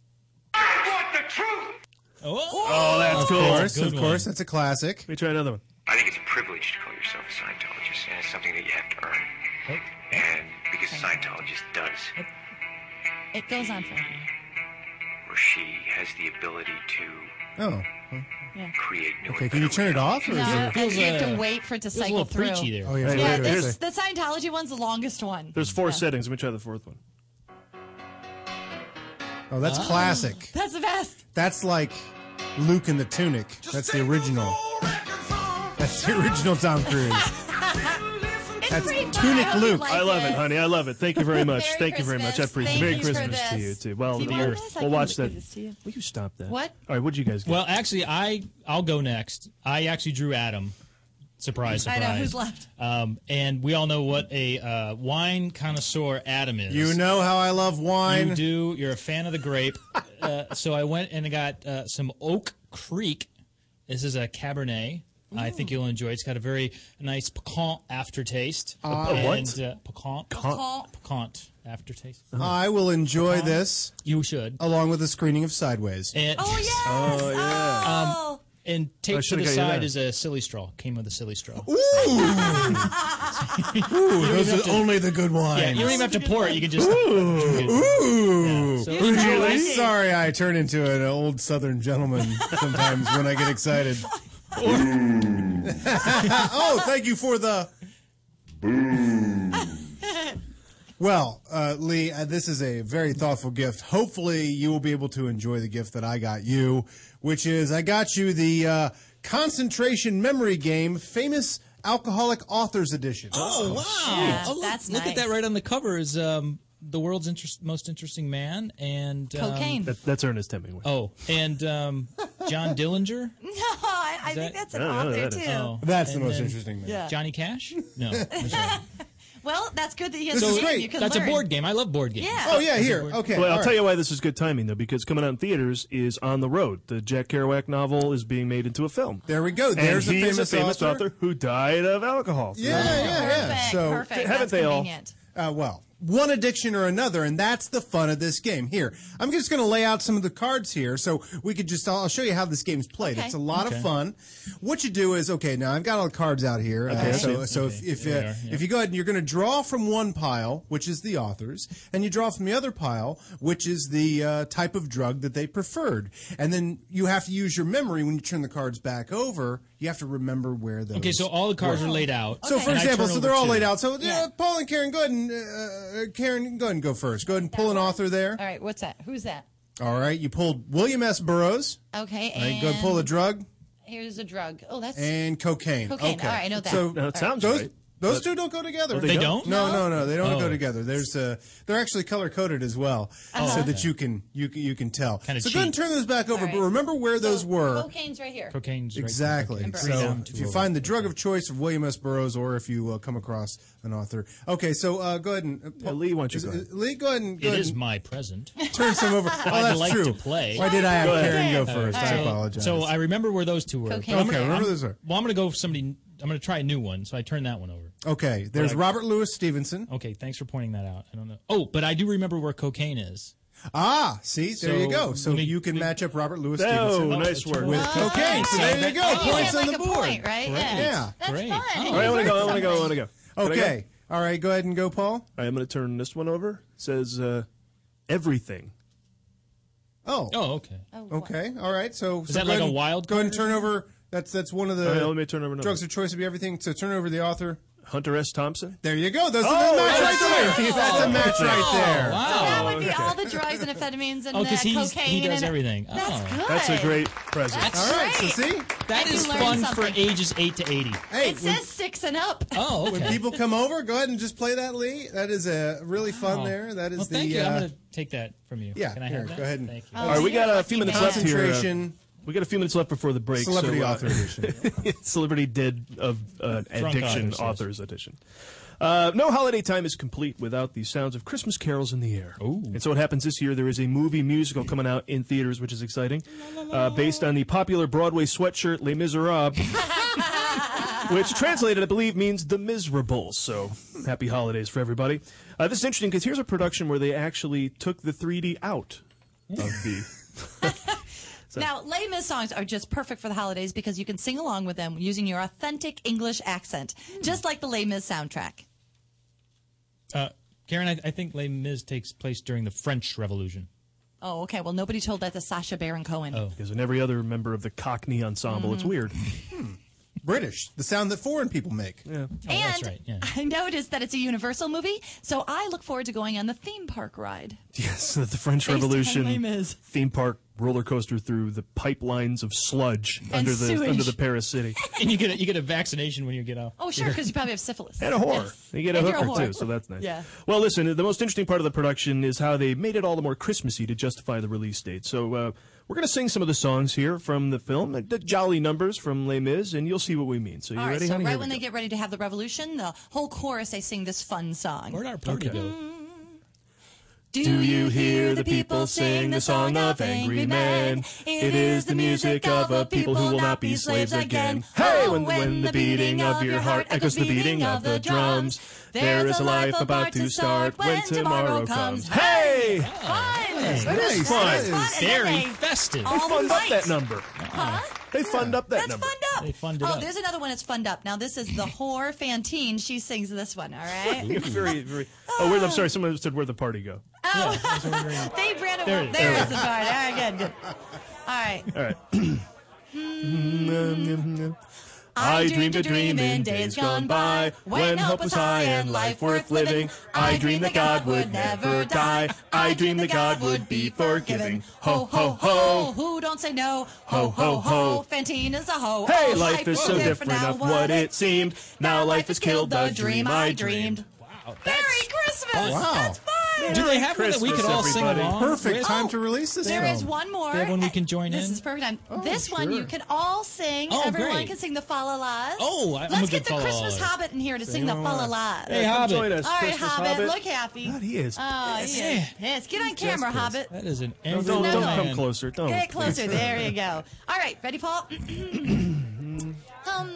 Oh,
Oh, that's cool.
Of
Let
course, of course, that's a classic.
me try another one.
I think it's a privilege to call yourself a Scientologist, and it's something that you have to earn. And because a Scientologist does,
It goes on forever.
or she has the ability to
Uh,
Oh.
Yeah.
create new.
Okay, can you turn it off? Or is
No,
it-
and
feels,
you have
uh,
to wait for it to
feels a
cycle
little
through.
preachy there.
Oh, yeah.
Hey,
Yeah,
wait, wait,
this,
wait.
the Scientology one's the longest one.
There's four
Yeah.
settings. Let me try the fourth one.
Oh,
Ah.
that's classic.
That's the best.
That's like Luke in the Tunic. That's the original. That's the original Tom Cruise.
Uh-huh.
It's
That's
pretty fun.
Tunic
I hope you
Luke.
like
I love it,
this.
honey. I love it. Thank you very much.
Merry
Thank you very much. I
Christmas.
appreciate it.
Thank
Merry
you for
Christmas to you
this.
too. Well,
Do you
the
want
Earth.
this? I
We'll
can
watch
do
that.
this to you.
Will you stop that?
What?
All right. What'd you guys get?
Well, actually, I I'll go next. I actually drew Adam. Surprise,
I
surprise.
know who's left.
Um, and we all know what a uh, wine connoisseur Adam is.
You know how I love wine.
You do. You're a fan of the grape. uh, so I went and got uh, some Oak Creek. This is a Cabernet. I think you'll enjoy. it. It's got a very nice piquant aftertaste.
a what?
And, uh, piquant,
Piquant.
piquant aftertaste. Uh-huh.
I will enjoy
Uh-huh.
this
You should.
along with a screening of Sideways.
And, Um,
Oh yes. Oh yeah.
and
I
take to the
should've got you
side
that.
is a silly straw. Came with a silly straw.
Um,
Ooh, those are only the good wines.
Yeah, you don't even have to pour it. You can just. drink it.
Ooh.
So-
I'm sorry I turn into an old southern gentleman sometimes when I get excited. oh, thank you for the. Well, uh, Lee, uh, this is a very thoughtful gift. Hopefully, you will be able to enjoy the gift that I got you, which is I got you the uh, concentration memory game, famous alcoholic authors edition.
Oh, wow!
Yeah,
Oh, look,
that's
look at
nice.
that right on the cover is um, the world's interest, most interesting man and um,
Cocaine.
That, that's Ernest Hemingway.
Oh, and um, John Dillinger.
no, I, I think that's an
I don't know
author
who that is.
too.
Oh,
That's
and
the most
then
interesting thing.
Yeah.
Johnny Cash? No. that's right.
Well, that's good that he has
This
a
is
game
great.
You can
That's a
learn.
board game. I love board games.
Yeah.
Oh, yeah, here. Okay.
Well, I'll
all
tell
right.
you why this is good timing though, because coming out in theaters is on the road. The Jack Kerouac novel is being made into a film.
There we go. There's
and
a
he's
famous,
author. who died of alcohol.
Yeah, yeah, yeah.
Perfect.
so,
perfect.
haven't
that's
they all?
convenient.
Uh, well, one addiction or another, and that's the fun of this game. Here, I'm just going to lay out some of the cards here, so we could just. I'll, I'll show you how this game's played.
Okay.
It's a lot of fun. What you do is okay. Now I've got all the cards out here. uh,
Okay, I see.
so, so if if, uh, if you go ahead and you're going to draw from one pile, which is the authors, and you draw from the other pile, which is the uh, type of drug that they preferred, and then you have to use your memory when you turn the cards back over. You have to remember where those.
Okay, so all the cards are laid out.
So, for
And I
example,
turn
so
over
they're all
two.
laid out. So,
Yeah.
uh, Paul and Karen, go ahead and uh, uh, Karen, you can go ahead and go first. Go ahead and pull an author there.
All right, what's that? Who's that?
All right, you pulled William S. Burroughs.
Okay,
All right,
and
go ahead and pull a drug
here's a drug. Oh, that's
and cocaine.
Cocaine,
Okay,
all right, I know that.
So
Now, it sounds
those
right.
those two Oh, don't go together.
they They
don't? don't?
No, no, no, they don't
Oh.
go together. There's uh, they're actually color coded as well, so that you can you can- you can tell.
Kinda
so go ahead and
cheap.
turn those back over,
Uh-huh. All
but
right.
remember where those
So,
were.
Cocaine's right here.
Cocaine's right there.
Exactly.
Okay. Three
So
down, two
if you
over.
find the drug of choice of William S. Burroughs, or if you uh, come across an author, okay. So uh, go ahead and uh, Paul-
Lee, why don't you
is-
go ahead?
is- Lee, go ahead and go
It
ahead
is
and
my present.
turn some over. Oh, that's
like to
true.
play.
Why did I have
Go ahead.
Karen go
All right,
first? I
so-
apologize.
So I remember where those two were.
Cocaine.
But I'm
Okay,
gonna-
remember
I'm-
those are-
Well, I'm going to go with somebody. I'm going to try a new one, so I turn that one over.
okay, there's Robert Louis Stevenson.
Okay, thanks for pointing that out. I don't know. Oh, but I do remember where cocaine is.
Ah, see, there
So
you go. So
let me-
you can match up Robert Louis
Oh,
Stevenson
nice work.
with
Oh,
cocaine. So there you go.
You
Points
get,
on
like
the
a
board.
point, right? Yeah.
Yeah.
That's
Great.
fun.
Oh.
and
All right, I want to
you learn
go. I want to go. I want to
something.
go. Can I go?
Okay. All right, go ahead and go, Paul.
All right, I'm going to turn this one over. It says uh, everything.
Oh.
Oh, okay.
Oh,
Okay. All right. So so
that
go
like
ahead
a
and-
wild
Go ahead
card
and
or
turn over. That's that's one of the
All right, let me turn over another.
drugs of choice would be everything. So turn over the author.
Hunter S. Thompson.
There you go. Those
Oh,
are the match
that's
right there.
right.
That's a match right there.
That would be
Okay.
all the drugs and amphetamines and
Oh,
the
'cause he's- he
cocaine.
does
and,
everything.
That's
Oh.
good.
That's a great present.
That's All right, so great. see?
that
I
is
can learn
fun
something.
for ages eight to eighty.
Hey,
it says six and up.
Oh,
When people come over, go ahead and just play that, Lee. That is a really fun
Wow.
there. That is
Oh. Well,
the
thank you.
uh,
I'm going to take that from you.
yeah,
Can I
here,
have that?
go ahead and-
Thank
Oh,
you.
All right, we got a few minutes left here. uh,
Concentration.
we got a few minutes left before the break.
Celebrity
so, uh,
author edition.
celebrity did of uh,
Drunk
addiction
authors, yes.
authors edition. Uh, no holiday time is complete without the sounds of Christmas carols in the air. And so what happens this year, there is a movie musical coming out in theaters, which is exciting, uh, based on the popular Broadway sweatshirt Les Miserables, which translated, I believe, means the miserable. So happy holidays for everybody. Uh, this is interesting because here's a production where they actually took the 3D out of the... So-
Now, Les Mis songs are just perfect for the holidays because you can sing along with them using your authentic English accent, just like the Les Mis soundtrack.
Uh, Karen, I, I think Les Mis takes place during the French Revolution.
Oh, okay. Well, nobody told that to Sasha Baron Cohen.
Because in every other member of the Cockney ensemble, it's
Mhm.
weird.
Hmm. British, the sound that foreign people make.
Yeah.
and I noticed that it's a Universal movie, so I look forward to going on the theme park ride.
Yes, the French
Based on Les
Revolution
Mis.
theme park roller coaster through the pipelines of sludge under the
sewage.
under the Paris city.
and you get a, you get a vaccination when you get out.
Oh, sure, because you probably have syphilis.
And a whore.
Yes.
They get a
And you're
hooker
whore.
too, so that's nice.
Yeah.
Well, listen, the most interesting part of the production is how they made it all the more Christmassy to justify the release date. So uh, we're going to sing some of the songs here from the film, the jolly numbers from Les Mis, and you'll see what we mean. So you
All right,
ready,
so
honey? Here
right
we
when they
go.
get ready to have the revolution, the whole chorus they sing this fun song. Where'd
our
party Okay. go?
Do you hear the people sing the song of angry men? It is the music of a people who will not be slaves again. Oh,
Hey, when, when the beating of your heart echoes the beating of the drums, there is a life about to start when tomorrow comes. Hey!
Fun!
That is
That is
fun.
fun. And then they-
They
all
funned up
night.
that number. They funned up that
That's
number.
funned up.
They funned
oh, there's another one that's funned up. Now, this is the whore Fantine. She sings this one, all right?
very, very. Oh, where, I'm sorry. Someone said where'd the party go?
Oh. they ran
There
it. There,
it is.
there
There
is
it
the
is.
part. All right, good. good. All right.
All right. I dreamed a dream in days gone by, when hope was high and life worth living. I dreamed that God would never die. I dreamed that God would be forgiving. Ho ho
Oh,
ho.
who don't say no?
Ho ho ho.
Fantine is a hoe.
Hey,
Oh,
life is
will
so
live for
different
now
of what it seemed. Now life has killed the dream I dreamed.
Merry Christmas!
Oh, wow.
That's fun.
Do they have one that we could
Christmas,
all sing
everybody.
along?
Perfect
with?
time to release this
There
film.
is one more.
They have one we can join
This
in?
is perfect time.
Oh,
this one you can all sing.
Oh,
Everyone
great.
can sing the fa la las.
Oh, I- I'm
let's
a good
get the
fa la
Christmas
la.
Hobbit in here to sing the fa la las.
Hey, Hobbit.
join us,
All right,
Christmas
Hobbit,
Hobbit.
look happy.
God, he is
Oh,
pissed.
yes, yes. Get on camera,
Just
Hobbit.
That is an
No,
angry
don't
No,
don't
no.
come closer. Don't.
Get closer. There you go. All right, ready, Paul?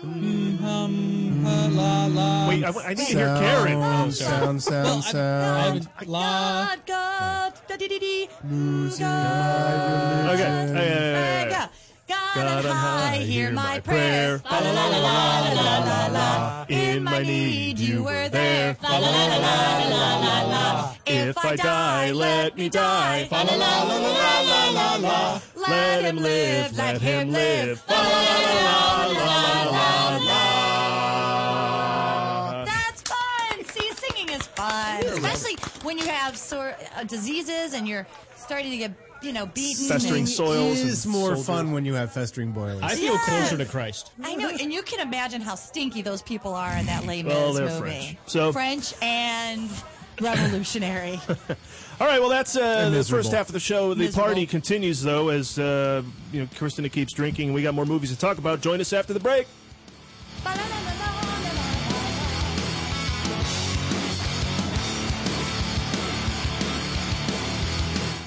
Wait, I, I need to hear Karen.
Oh,
Sound, sound, sound, sound.
La.
God, da di di di.
Losing
Okay. okay, okay, okay, okay.
God, God
God
on high, hear my prayer.
La la la la la la la la. Uh, In my need, you were there. La la la la la la la la. If I die, let me die. La la la la la la la la. Let him live, let him live. La la la la la la la la.
That's fun. See, singing is fun, especially when you have sore uh, diseases and you're starting to get, you know, beaten.
Festering
and-
soils.
and
It's more
soldiers.
fun when you have festering boilers.
I feel
Yes.
closer to Christ.
I know, and you can imagine how stinky those people are in that lame
Well, they're
movie.
French. So-
French and revolutionary.
All right, well, that's uh,
And
the
miserable.
first half of the show. The
Miserable.
party continues, though, as uh, you know, Kristen keeps drinking, and we got more movies to talk about. Join us after the break.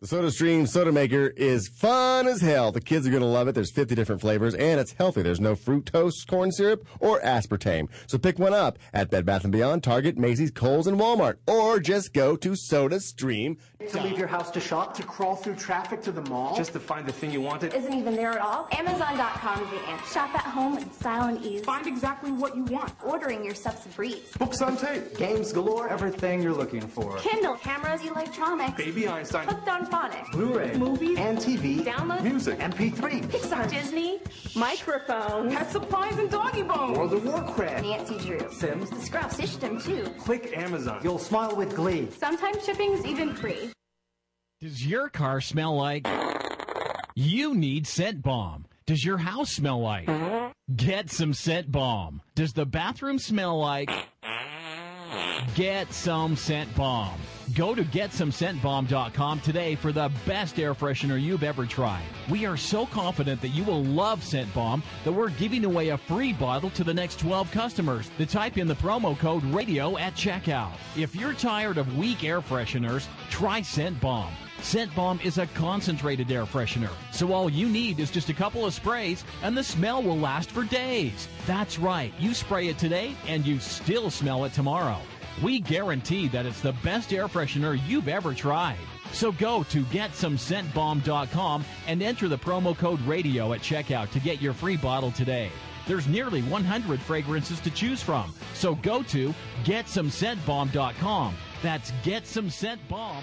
The SodaStream Soda Maker is fun as hell. The kids are going to love it. There's 50 different flavors and it's healthy. There's no fructose, corn syrup, or aspartame. So pick one up at Bed Bath & Beyond, Target, Macy's, Kohl's, and Walmart. Or just go to SodaStream.
To leave your house to shop, to crawl through traffic to the mall.
Just
to find the thing you wanted.
isn't even there at all. Amazon.com is the answer. Shop at home in style and ease. Find exactly what you want. Ordering your stuff's a breeze.
Books on tape. Games galore. Everything you're looking for.
Kindle, cameras, electronics.
Baby Einstein.
Hooked on Phonics.
Blu-ray.
Movies.
And TV.
Download.
Music. MP3.
Pixar. Disney. Microphones. Pet supplies and doggy bones.
World of Warcraft.
Nancy Drew.
Sims.
The Scruff System too.
Click Amazon. You'll smile with glee.
Sometimes shipping's even free.
Does your car smell like? You need scent bomb. Does your house smell like? Get some scent bomb. Does the bathroom smell like? Get some scent bomb. Go to getsomescentbomb.com today for the best air freshener you've ever tried. We are so confident that you will love Scent Bomb that we're giving away a free bottle to the next 12 customers that type in the promo code radio at checkout. If you're tired of weak air fresheners, try Scent Bomb. Scent Bomb is a concentrated air freshener, so all you need is just a couple of sprays and the smell will last for days. That's right, you spray it today and you still smell it tomorrow. We guarantee that it's the best air freshener you've ever tried. So go to getsomescentbomb.com and enter the promo code radio at checkout to get your free bottle today. There's nearly 100 fragrances to choose from. So go to getsomescentbomb.com. That's getsomescentbomb.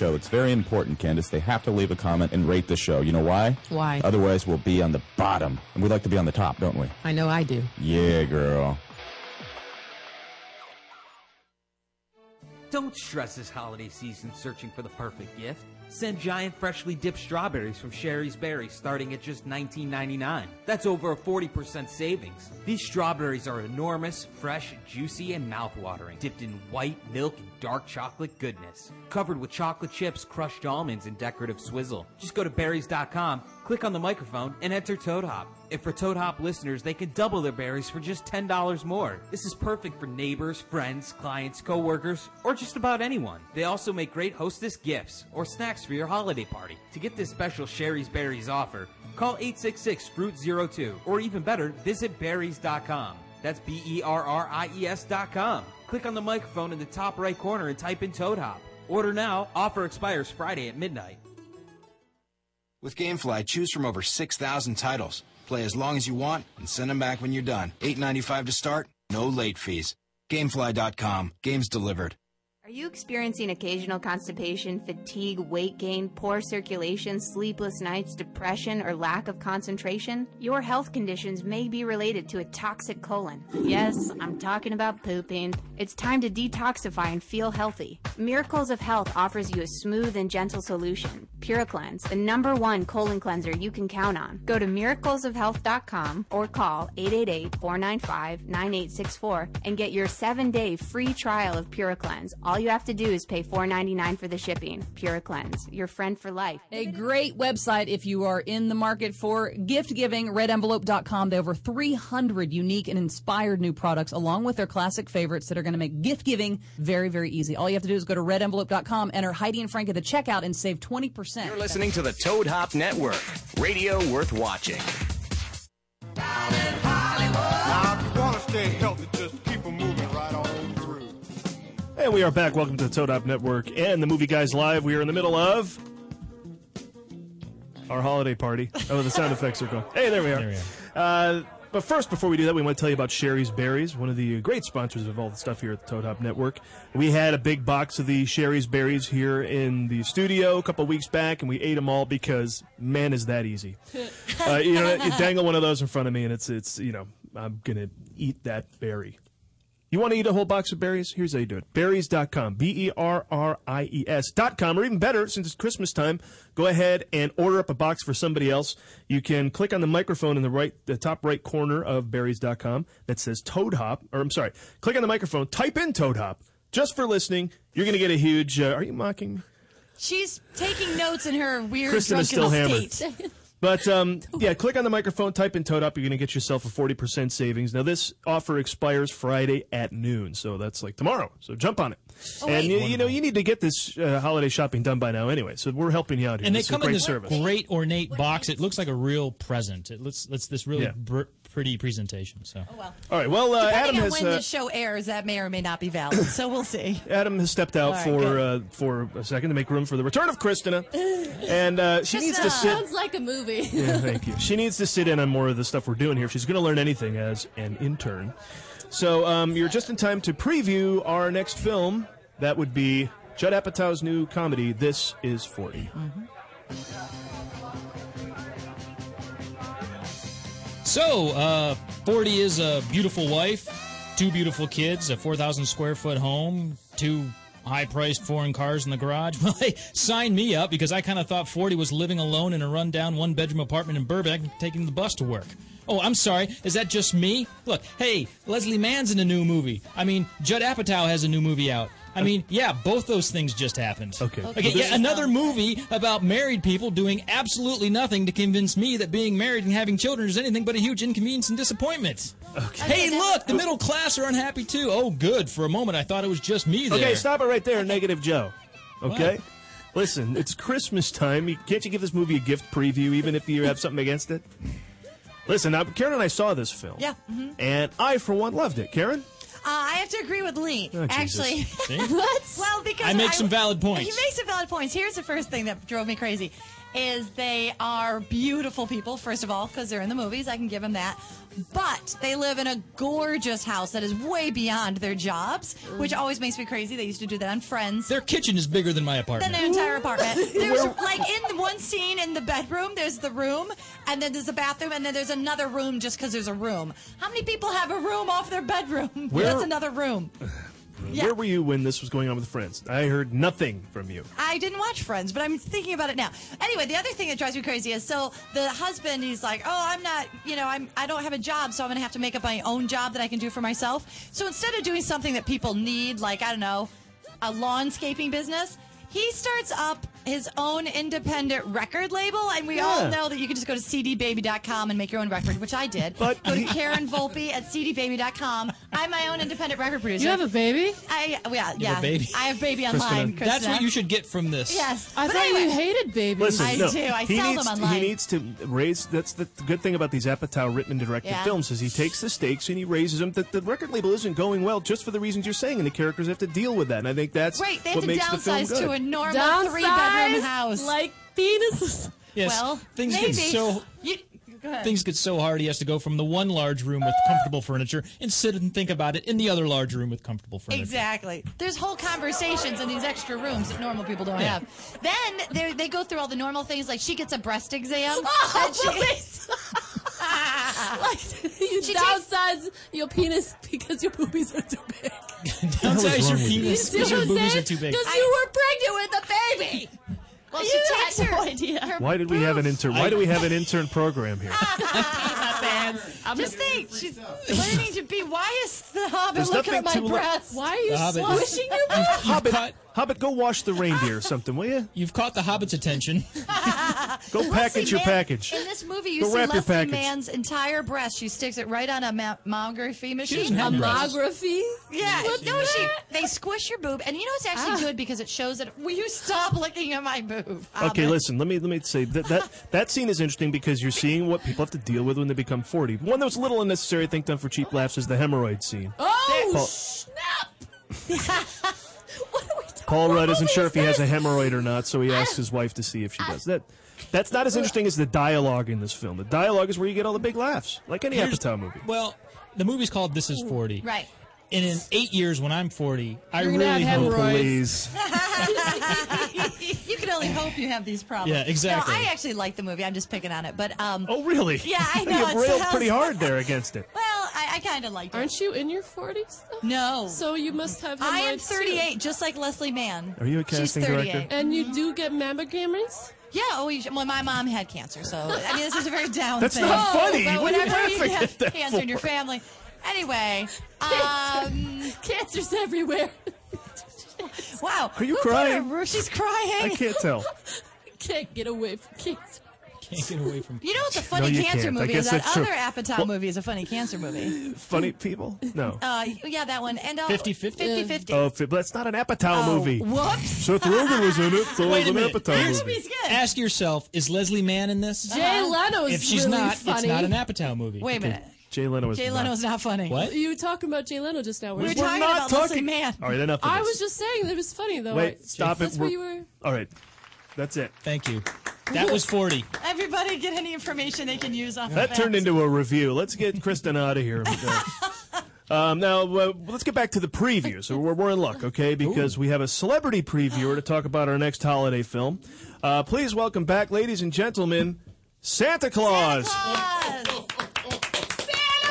It's very important, Candace. They have to leave a comment and rate the show. You know why?
Why?
Otherwise, we'll be on the bottom. And we like to be on the top, don't we?
I know I do.
Yeah, girl.
Don't stress this holiday season searching for the perfect gift. Send giant freshly dipped strawberries from Sherry's Berry starting at just $19.99. That's over a 40% savings. These strawberries are enormous, fresh, juicy, and mouthwatering, dipped in white milk and dark chocolate goodness. Covered with chocolate chips, crushed almonds, and decorative swizzle. Just go to berries.com, click on the microphone, and enter Toad Hop. And for Toad Hop listeners, they can double their berries for just $10 more. This is perfect for neighbors, friends, clients, coworkers, or just about anyone. They also make great hostess gifts or snacks for your holiday party. To get this special Sherry's Berries offer, call 866-FRUIT-02 or even better, visit berries.com. That's E B-E-R-R-I-E-S dot com. Click on the microphone in the top right corner and type in Toad Hop. Order now. Offer expires Friday at midnight.
With GameFly, choose from over 6,000 titles. Play as long as you want and send them back when you're done. 8.95 to start, no late fees. GameFly.com. Games delivered.
Are you experiencing occasional constipation, fatigue, weight gain, poor circulation, sleepless nights, depression, or lack of concentration? Your health conditions may be related to a toxic colon. Yes, I'm talking about pooping. It's time to detoxify and feel healthy. Miracles of Health offers you a smooth and gentle solution. PuraCleanse, the number one colon cleanser you can count on. Go to miraclesofhealth.com or call 888-495-9864 and get your 7-day free trial of PuraCleanse. All you have to do is pay $4.99 for the shipping. PuraCleanse, your friend for life.
A great website if you are in the market for gift giving, redenvelope.com. They have over 300 unique and inspired new products along with their classic favorites that are going to make gift giving very, very easy. All you have to do is go to redenvelope.com, enter Heidi and Frank at the checkout, and save 20%.
You're listening to the Toad Hop Network, radio worth watching.
And we are back. Welcome to the Toad Hop Network and the Movie Guys Live. We are in the middle of our holiday party. Oh, the sound effects are gone. Hey, there we are. Uh, but first, before we do that, we want to tell you about Sherry's Berries, one of the great sponsors of all the stuff here at the Toad Hop Network. We had a big box of the Sherry's Berries here in the studio a couple weeks back, and we ate them all because, man, is that easy. uh, you know, you dangle one of those in front of me, and it's it's you know I'm gonna eat that berry. You want to eat a whole box of berries? Here's how you do it. Berries.com, B E R R I E S.com, or even better, since it's Christmas time, go ahead and order up a box for somebody else. You can click on the microphone in the right, the top right corner of berries.com that says Toad Hop, or I'm sorry, click on the microphone, type in Toad Hop. Just for listening, you're going to get a huge. Uh, are you mocking me?
She's taking notes in her weird
Kristen
drunken
is still hammered.
state.
But um, yeah, click on the microphone, type in Toad Up. You're going to get yourself a 40% savings. Now, this offer expires Friday at noon. So that's like tomorrow. So jump on it.
Oh,
and
wait.
you, you know, you need to get this uh, holiday shopping done by now anyway. So we're helping you out here.
And they
This is
come
a
in
great
this
service.
great ornate box. It looks like a real present. It looks it's this really
Yeah.
br- pretty presentation. So, oh,
well.
All right. Well, uh, Adam
Depending on
has.
when
uh,
this show airs, that may or may not be valid. So we'll see.
Adam has stepped out
All right,
for uh,
good.
for a second to make room for the return of Kristina, and uh, she needs to sit.
Sounds like a movie.
Yeah, thank you. She needs to sit in on more of the stuff we're doing here. If she's going to learn anything as an intern. So um, you're just in time to preview our next film. That would be Judd Apatow's new comedy, This Is 40.
Mm-hmm. so uh, 40 is a beautiful wife, two beautiful kids, a 4,000 square foot home, two high-priced foreign cars in the garage. Well, they signed me up because I kind of thought 40 was living alone in a rundown one-bedroom apartment in Burbank, taking the bus to work. Oh, I'm sorry. Is that just me? Look, hey, Leslie Mann's in a new movie. I mean, Judd Apatow has a new movie out. I mean, yeah, both those things just happened. Okay.
Oh, Okay, this is
yeah, another movie about married people doing absolutely nothing to convince me that being married and having children is anything but a huge inconvenience and disappointment. Hey, look, the middle class are unhappy too. Oh, good. For a moment, I thought it was just me there.
Okay, stop it right there, Negative Joe. Okay?
What?
Listen, it's Christmas time. You- Can't you give this movie a gift preview, even if you have something against it? Listen, now, Karen and I saw this film.
Yeah. mhm.
And I, for one, loved it. Karen?
Uh, I have to agree with Lee.
Oh, Jesus.
actually,
See?
what? Well, because
I make some valid points.
He makes some valid points. Here's the first thing that drove me crazy: is they are beautiful people. First of all, because they're in the movies, I can give them that. But they live in a gorgeous house that is way beyond their jobs, which always makes me crazy. They used to do that on Friends.
Their kitchen is bigger than my apartment.
Than their entire apartment. There's like in one scene in the bedroom, there's the room, and then there's a bathroom, and then there's another room just because there's a room. How many people have a room off their bedroom?
Where-
That's another room. Yeah.
Where were you when this was going on with Friends? I heard nothing from you.
I didn't watch Friends, but I'm thinking about it now. Anyway, the other thing that drives me crazy is so the husband he's like, "Oh, I'm not, you know, I'm I don't have a job, so I'm going to have to make up my own job that I can do for myself." So instead of doing something that people need, like I don't know, a lawnscaping business, he starts up his own independent record label, and we all
Yeah.
know that you can just go to cdbaby.com and make your own record, which I did.
But-
go to Karen Volpe at cdbaby.com. I'm my own independent record producer.
You have a
baby? I yeah,
You have
yeah.
a baby?
I have baby online.
That's
Krista.
what you should get from this.
Yes.
I
but
thought
anyway,
you hated babies.
Listen,
I
no,
do. I
he
sell
needs,
them online.
He needs to raise. That's the good thing about these Apatow written and directed
Yeah.
films is he takes the stakes and he raises them. That the record label isn't going well just for the reasons you're saying, and the characters have to deal with that. And I think that's
Right, they have
what
to
makes the film
downsize
good.
to a normal
Downsize
three-bedroom house.
Like penises.
Yes,
well,
things
maybe.
get so-
You, go ahead.
Things get so hard, he has to go from the one large room with comfortable furniture and sit and think about it in the other large room with comfortable furniture.
Exactly. There's whole conversations in these extra rooms that normal people don't
Yeah.
have. Then they- they go through all the normal things, like she gets a breast exam.
Oh,
and she-
please. like you downsize your penis because your boobies are too big.
Downsize your
You
penis
see
because
what
your
I'm
boobies
saying?
are too big.
Because you were pregnant with a baby.
well,
You
she takes
had
her,
no idea.
her
Why did we have an intern? Why do we have an intern program here?
Just think, she's learning to be. Why is the hobbit
There's
looking at my
nothing to learn.
breasts?
Why are
The
you
Hobbit.
squishing your
You've-
boobies?
Hobbit, Hobbit, go wash the reindeer or something, will you?
You've caught the Hobbit's attention.
Go package your
Mann-
package.
In this movie, you
Go
see
wrap your
Leslie
package.
Mann's entire breast. She sticks it right on a mammography machine.
doesn't have breasts. Mammography?
Yeah.
What's
no, she.
that?
They squish your boob, and you know it's actually
Ah.
good because it shows that. Will you stop looking at my boob?
Okay,
Hobbit?
listen. Let me let me say that that that scene is interesting because you're seeing what people have to deal with when they become 40. One that was a little unnecessary, I think, done for cheap laughs is the hemorrhoid scene.
Oh,
Paul-
snap!
Paul Rudd isn't sure if he has a hemorrhoid or not, so he asks his wife to see if she does. That that's not as interesting as the dialogue in this film. The dialogue is where you get all the big laughs, like any
Here's-
Apatow movie.
Well, the movie's called This Is 40.
Right.
And in eight years, when I'm 40, I
You're gonna
really
have
hope.
hemorrhoids.
Please.
you can only hope you have these problems.
Yeah, exactly.
No, I actually like the movie. I'm just picking on it, but um.
Oh, really?
Yeah, I know.
you
it
railed
sounds-
pretty hard there against it.
Well, I, I kind of liked it.
Aren't you in your 40s? though?
No.
So you must have
I am
hemorrhoids,
38,
too.
just like Leslie Mann.
Are you a casting
She's 38.
director?
And you do get mammograms?
Yeah. Oh, you should- well, my mom had cancer, so I mean, this is a very down
That's
thing.
not funny.
But
What are you
whenever you
laughing
have
at that
cancer in your
for?
family, anyway. Um,
Cancer's everywhere.
wow.
Are you
Who put her-
crying?
She's crying.
I can't
tell.
Can't get away from cancer.
can't get away from.
You know what's a funny
you
cancer
can't. I
movie
guess
is that
that's true.
other Apatow
Well-
movie is a funny cancer movie.
Funny people? No.
Uh, yeah, that one. And uh,
50-50?
50-50.
Uh,
Oh, fi- but that's not an Apatow
Oh,
movie.
whoops.
Seth Rogen was in it, so
Wait
it
a
was an
minute.
Apatow
Here's-
movie.
Ask yourself: Is Leslie Mann in this?
Jay Uh-huh. Leno's
If she's
really
not, it's
funny.
not an Apatow movie.
Wait a
Because
minute.
Jay Leno was.
Jay Leno's
not funny.
What?
You were talking about Jay Leno just now.
We were
talking
not about Leslie talking- Mann. All right, enough of
I
this.
was just saying that it was funny though.
Wait, stop it.
That's where
We're-
you were.
All right, that's it.
Thank you. That was forty.
Everybody get any information they can use off
That
of
turned into a review. Let's get Kristen out of here. Um, now, uh, let's get back to the preview. So we're, we're in luck, okay? Because we have a celebrity previewer to talk about our next holiday film. Uh, please welcome back, ladies and gentlemen, Santa Claus.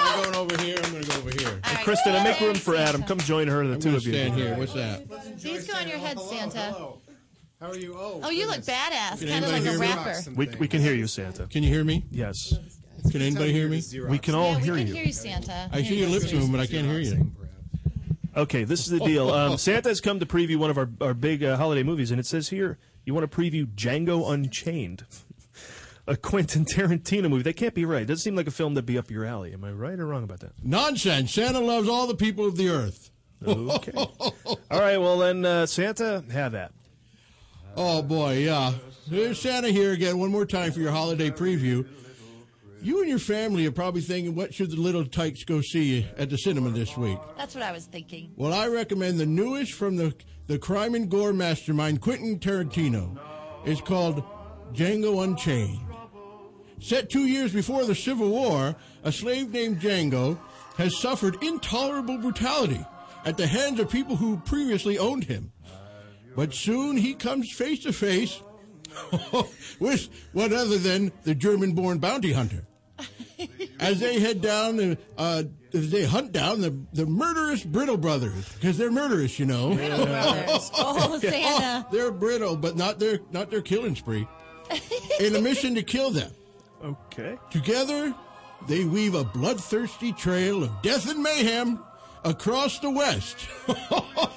I'm going over here. I'm going to go over here.
And Kristen, I make room for Adam. Come join her, the two
gonna
of you.
stand here. What's that?
These go on your head, Santa.
How are you?
Oh, you look badass,
Can
kind
anybody
of like a
hear me?
rapper.
We, we can hear you, Santa.
Can you hear me?
Yes.
Can anybody hear me?
We can all
We
hear
can
you.
hear you, Santa.
I see your lips moving, but I can't hear you.
Okay, this is the deal. Um, Santa's come to preview one of our, our big uh, holiday movies, and it says here you want to preview Django Unchained, a Quentin Tarantino movie. That can't be right. Doesn't seem like a film that'd be up your alley. Am I right or wrong about that?
Nonsense. Santa loves all the people of the earth.
Okay. all right, well then, uh, Santa, have that.
Oh boy, yeah. There's Santa here again, one more time for your holiday preview. You and your family are probably thinking, what should the little tykes go see at the cinema this week?
That's what I was thinking.
Well, I recommend the newest from the the crime and gore mastermind Quentin Tarantino. It's called Django Unchained. Set two years before the Civil War, a slave named Django has suffered intolerable brutality at the hands of people who previously owned him. But soon he comes face to face with what other than the German-born bounty hunter as they head down and uh, as they hunt down the, the murderous Brittle brothers because they're murderous, you know.
Brittle Brothers. Oh, Santa.
they're brittle, but not their not their killing spree. In a mission to kill them,
Okay.
together they weave a bloodthirsty trail of death and mayhem across the West.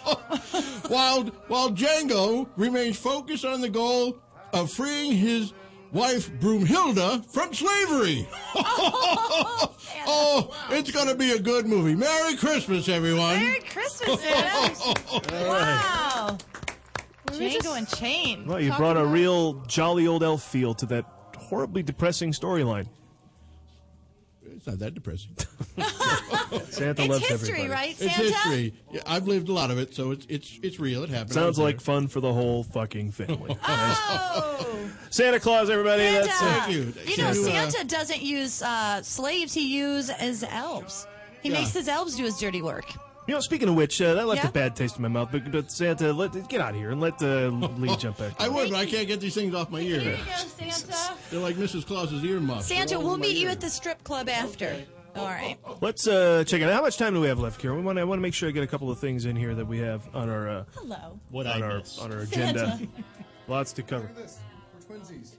while while Django remains focused on the goal of freeing his wife Broomhilda from slavery. Oh, it's going to be a good movie. Merry Christmas, everyone.
Merry Christmas,
Oh,
Santa. wow. Django and Chain.
Well, you brought a real jolly old elf feel to that horribly depressing storyline.
It's not that depressing.
Santa
It's
loves
history,
everybody.
right,
It's
Santa?
history. Yeah, I've lived a lot of it, so it's it's it's real. It happened. I
Sounds
was there.
like fun for the whole fucking family. Santa Claus, everybody.
Santa.
That's uh,
Thank you.
You know,
Thank you, uh,
Santa doesn't use uh, slaves. He uses elves. He
Yeah.
makes his elves do his dirty work.
You know, speaking of which, uh, that left
Yeah?
a bad taste in my mouth. But, but Santa, let, get out of here and let uh, Lee jump back.
I would, but I can't get these things off my ear.
Santa.
They're like Mrs. Claus's earmuffs.
Santa,
They're all
we'll
in my
meet you
ear.
at the strip club after. All right.
Let's uh, check it out. How much time do we have left, Karen? We want to, I want to make sure I get a couple of things in here that we have on our uh,
Hello.
what on our on our agenda. Lots to cover.
Twinsies.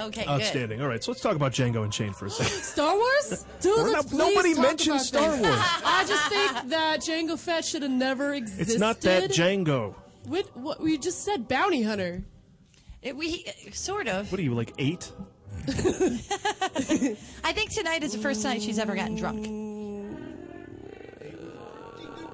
Okay,
Outstanding. All right, so let's talk about Django and Chain for a second.
Star Wars? Dude,
We're
let's
not- nobody
please talk
mentioned
about
Star
this.
Wars.
I just think that Django Fett should have never existed.
it's not that Django.
What, what we just said, bounty hunter.
It, we sort of.
What are you like eight?
I think tonight is the first night she's ever gotten drunk.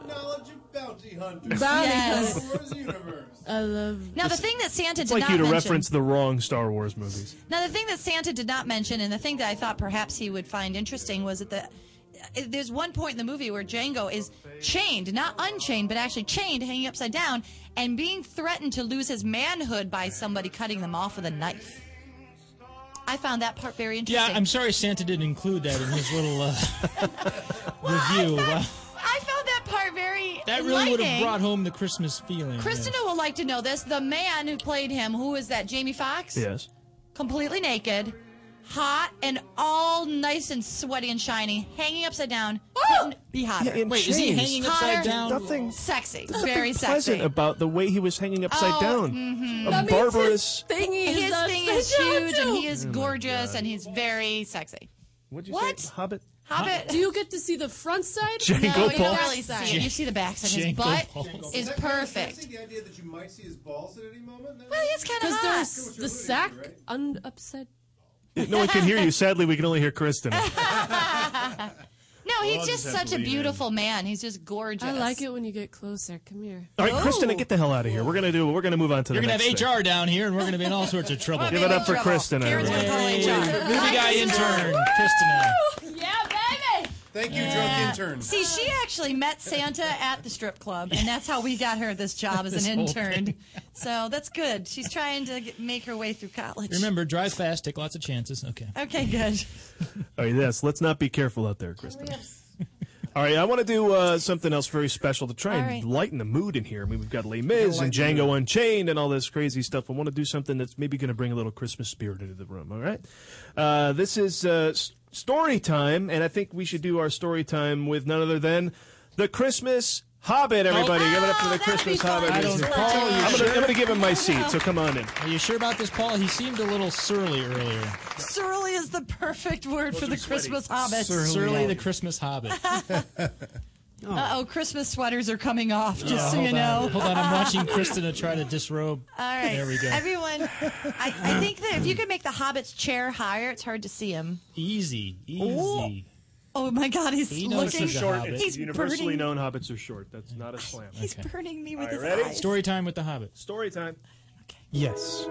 Knowledge of bounty hunters.
Bounty
Yes.
Wars universe.
I love.
Now the thing that Santa
It's
did
like
not
you to
mention.
reference the wrong Star Wars movies.
Now, the thing that Santa did not mention, and the thing that I thought perhaps he would find interesting, was that the, uh, there's one point in the movie where Django is chained, not unchained, but actually chained, hanging upside down, and being threatened to lose his manhood by somebody cutting them off with a knife. I found that part very
Yeah,
interesting.
I'm sorry Santa didn't include that in his little uh, review. Wow.
I found that part very
That really would have
enlightening.
brought home the Christmas feeling.
Kristina will like to know this. The man who played him, who is that? Jamie Foxx?
Yes.
completely naked, hot, and all nice and sweaty and shiny, hanging upside down. Couldn't be hotter.
Yeah, in Wait, is he chains. hanging
Hotter,
upside down? Nothing-
Sexy.
There's nothing
very
pleasant
sexy.
about the way he was hanging upside
Oh,
down.
mhm.
A
That means his
barbarous.
Thing is
His
upside
thing is
down,
huge, and
too.
he is gorgeous, and he's very sexy.
Oh What'd
you say? What?
Hobbit.
Hobbit.
Do you get to see the front side?
Django
no,
Paul.
you don't really see it.
Jan-
You see the backs of his
Jangle
butt
balls.
is perfect.
The idea that you might see his balls at any moment.
Well, he is kind of
Because
hot.
there's the sack un- upside
No one can hear you. Sadly, we can only hear Kristen.
No, he's
I'll
just
just have to
such a
lean in.
beautiful man. He's just gorgeous.
I like it when you get closer. Come here.
All right,
Oh.
Kristen, get the hell out of here. We're gonna do. We're gonna move on to
You're
the
gonna
next
have HR down here, and we're gonna be in all sorts of trouble.
Thing. Give it up for Kristen.
Karen's
everybody.
Movie guy intern, Kristen. L.
Yeah, baby.
Thank
you,
drunk intern.
See, she actually met Santa at the strip club, and that's how we got her this job as
This
an
whole
intern. So that's good. She's trying to get, make her way through college.
Remember, drive fast, take lots of chances. Okay.
Okay, good.
All right, yes. Let's not be careful out there, Kristen. All right, I want to do uh, something else very special to try
All
and
right.
lighten the mood in here. I mean, we've got Les Mis
Gotta
and
lighten the
Django Unchained and all this crazy stuff. I want to do something that's maybe going to bring a little Christmas spirit into the room. All right, uh, this is uh, s- story time, and I think we should do our story time with none other than the Christmas Hobbit. Everybody, give it up
Oh,
for the Christmas Hobbit.
I don't- Paul, you
I'm
sure?
going to give him my seat, so come on in.
Are you sure about this, Paul? He seemed a little surly earlier.
Surly is the perfect word for the Christmas hobbit.
Surly, the Christmas hobbit.
Uh oh, Christmas sweaters are coming off, just
Yeah,
so
hold
you know.
on. Hold on, I'm watching Kristen try to disrobe.
All right.
There we go.
Everyone, I, I think that if you could make the hobbit's chair higher, it's hard to see him.
Easy, easy.
Oh my God, he's
He knows
looking.
he's a Short, hobbit.
he's
it's
Universally
burning,
known hobbits are short. That's not a slam.
He's burning me with
All
his
right, ready?
eyes.
Story time with the hobbit.
Story time.
Yes.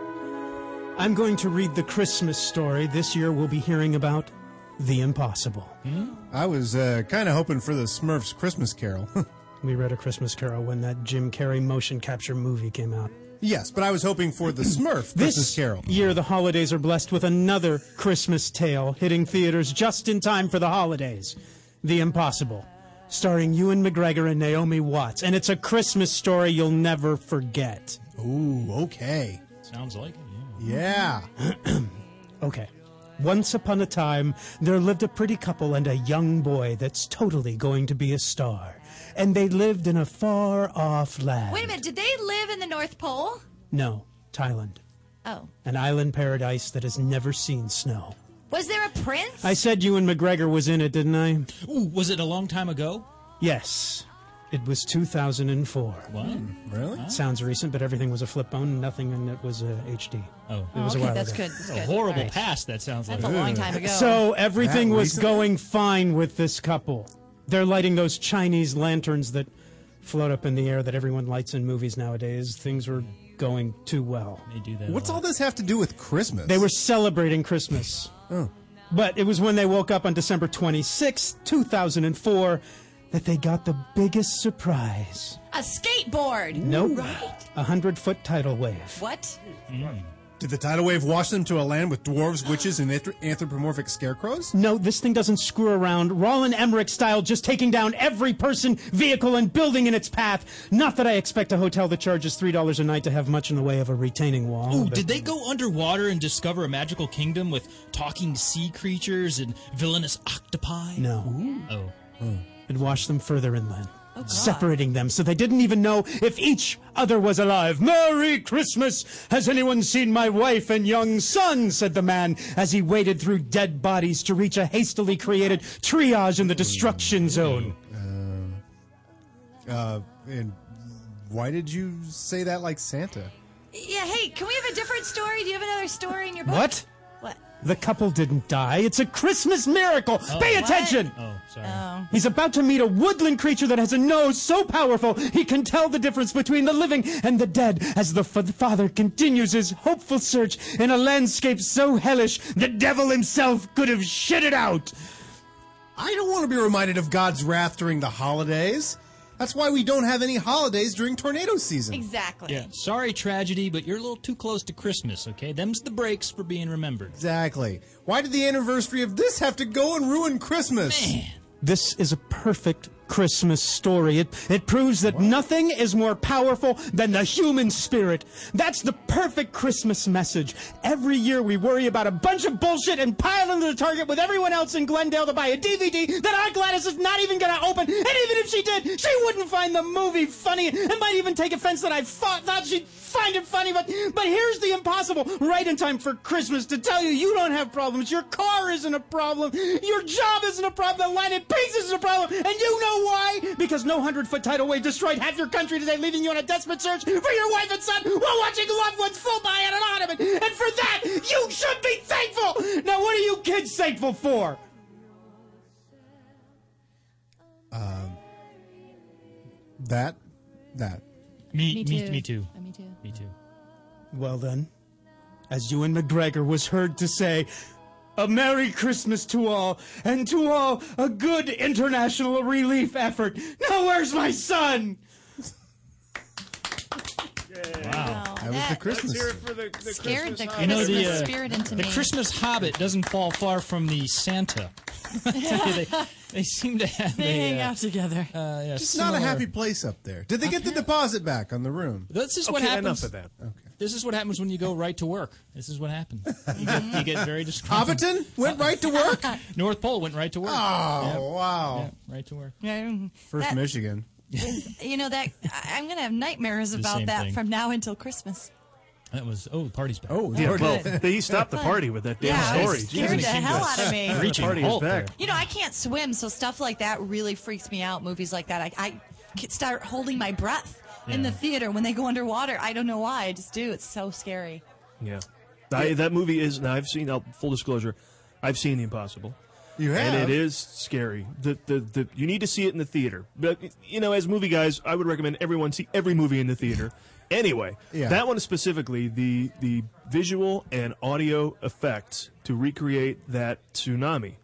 I'm going to read the Christmas story. This year we'll be hearing about the impossible.
Hmm?
I was uh, kind of hoping for the Smurfs Christmas Carol.
We read A Christmas Carol when that Jim Carrey motion capture movie came out.
yes, but I was hoping for the Smurf Christmas
This
Carol.
year, the holidays are blessed with another Christmas tale hitting theaters just in time for the holidays The Impossible, starring Ewan McGregor and Naomi Watts. And it's a Christmas story you'll never forget.
Ooh, okay.
Sounds like it.
Yeah.
okay. Once upon a time, there lived a pretty couple and a young boy that's totally going to be a star. And they lived in a far off land.
Wait a minute, did they live in the North Pole?
No, Thailand.
Oh.
An island paradise that has never seen snow.
Was there a prince?
I said Ewan McGregor was in it, didn't I?
Ooh, was it a long time ago?
Yes. It was 2004.
Wow.
Really?
Sounds recent, but everything was a flip phone. Nothing in it was uh, HD.
Oh,
it was a while ago.
That's a horrible past. That sounds like
That's a long time ago.
So everything
That
was
recently?
going fine with this couple. They're lighting those Chinese lanterns that float up in the air that everyone lights in movies nowadays. Things were going too well.
They do that.
What's all this have to do with Christmas?
They were celebrating Christmas.
Oh.
But it was when they woke up on December 26, 2004, that they got the biggest surprise.
A skateboard.
Nope.
Right.
A hundred foot tidal wave.
What?
Mm.
Did the tidal wave wash them to a land with dwarves, witches, and anthrop- anthropomorphic scarecrows?
No, this thing doesn't screw around. Roland Emmerich style, just taking down every person, vehicle, and building in its path. Not that I expect a hotel that charges three dollars a night to have much in the way of a retaining wall.
Ooh,
but-
did they go underwater and discover a magical kingdom with talking sea creatures and villainous octopi?
No.
Oh.
It washed them further inland. separating them so they didn't even know if each other was alive. Merry Christmas! Has anyone seen my wife and young son? said the man as he waded through dead bodies to reach a hastily created triage in the destruction zone.
Uh, and why did you say that like Santa?
Yeah, hey, can we have a different story? Do you have another story in your book?
What?
What?
The couple didn't die. It's a Christmas miracle.
Oh.
Pay
What?
attention.
Oh, sorry.
He's about to meet a woodland creature that has a nose so powerful he can tell the difference between the living and the dead as the f- father continues his hopeful search in a landscape so hellish the devil himself could have shit it out.
I don't want to be reminded of God's wrath during the holidays. That's why we don't have any holidays during tornado season.
Exactly.
Yeah. Sorry, tragedy, but you're a little too close to Christmas, okay? Them's the breaks for being remembered.
Exactly. Why did the anniversary of this have to go and ruin Christmas?
This is a perfect Christmas story. It, it proves that nothing is more powerful than the human spirit. That's the perfect Christmas message. Every year we worry about a bunch of bullshit and pile into the target with everyone else in Glendale to buy a DVD that Aunt Gladys is not even gonna open. And even if she did, she wouldn't find the movie funny and might even take offense that I fought, thought she'd find it funny. But, but here's the impossible right in time for Christmas to tell you you don't have problems. Your car isn't a problem. Your job isn't a problem. The line in pigs isn't a problem. And you know know why? Because no hundred foot tidal wave destroyed half your country today, leaving you on a desperate search for your wife and son while watching loved ones fall by on an ottoman. And for that, you should be thankful. Now, what are you kids thankful for?
Um, that, that.
Me,
Me too.
Uh, me too.
Me too.
Well then, as Ewan McGregor was heard to say, a Merry Christmas to all, and to all a good international relief effort. Now where's my son?
Wow.
That was the Christmas.
Let's hear it for the, the
Scared
Christmas
the
holiday.
Christmas spirit into
the
me.
Christmas Hobbit doesn't fall far from the Santa. they, they seem to have.
They
a,
hang
uh,
out
together.
Uh, yeah,
Just not a
similar-
happy place up there. Did they get the deposit back on the room?
This is what happens. This is what happens when you go right to work. This is what happens. You get, you get very distracted.
Hobbiton went right to work. oh
North Pole went right to work. Yep.
wow!
Yep, right to work.
Yeah,
First
that-
Michigan.
is- you know that I- I'm going to have nightmares
The
about
same
that
thing.
from now until Christmas.
That was oh, the party's back.
Oh,
yeah,
Oh,
well,
good.
they stopped the
Fun.
party with that damn
Yeah, I was
story.
scared
Jesus.
the hell out of me.
The party is
Reaching
back.
You know, I can't swim, so stuff like that really freaks me out. Movies like that, I, I c- start holding my breath in the theater when they go underwater. I don't know why, I just do. It's so scary.
Yeah. I, that movie is, now I've seen, now, full disclosure, I've seen The Impossible.
You have?
And it is scary. The, the, the, you need to see it in the theater. But, you know, as movie guys, I would recommend everyone see every movie in the theater. Anyway,
Yeah.
that one specifically, the, the visual and audio effects to recreate that tsunami.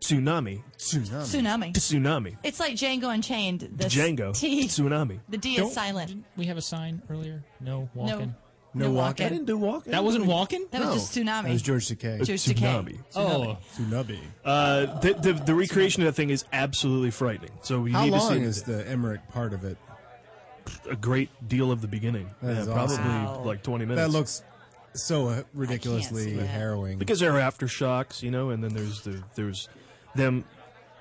Tsunami.
Tsunami.
Tsunami.
It's like Django Unchained. The s-
Django.
T.
Tsunami.
The D
Don't-
is silent.
We have a sign earlier. No walking.
No, walking.
walking. I didn't
do walking.
That wasn't walking.
That was
No.
just tsunami.
That was George Takei.
George Takei.
Tsunami.
Oh.
Tsunami.
Uh, the, the, the recreation of that thing is absolutely frightening. So you
How
need to
long
see
is the Emmerich part of it?
a great deal of the beginning.
That
Yeah,
is
probably
awesome. Wow.
like 20 minutes.
That looks so uh, ridiculously harrowing.
because there are aftershocks, you know, and then there's the there's them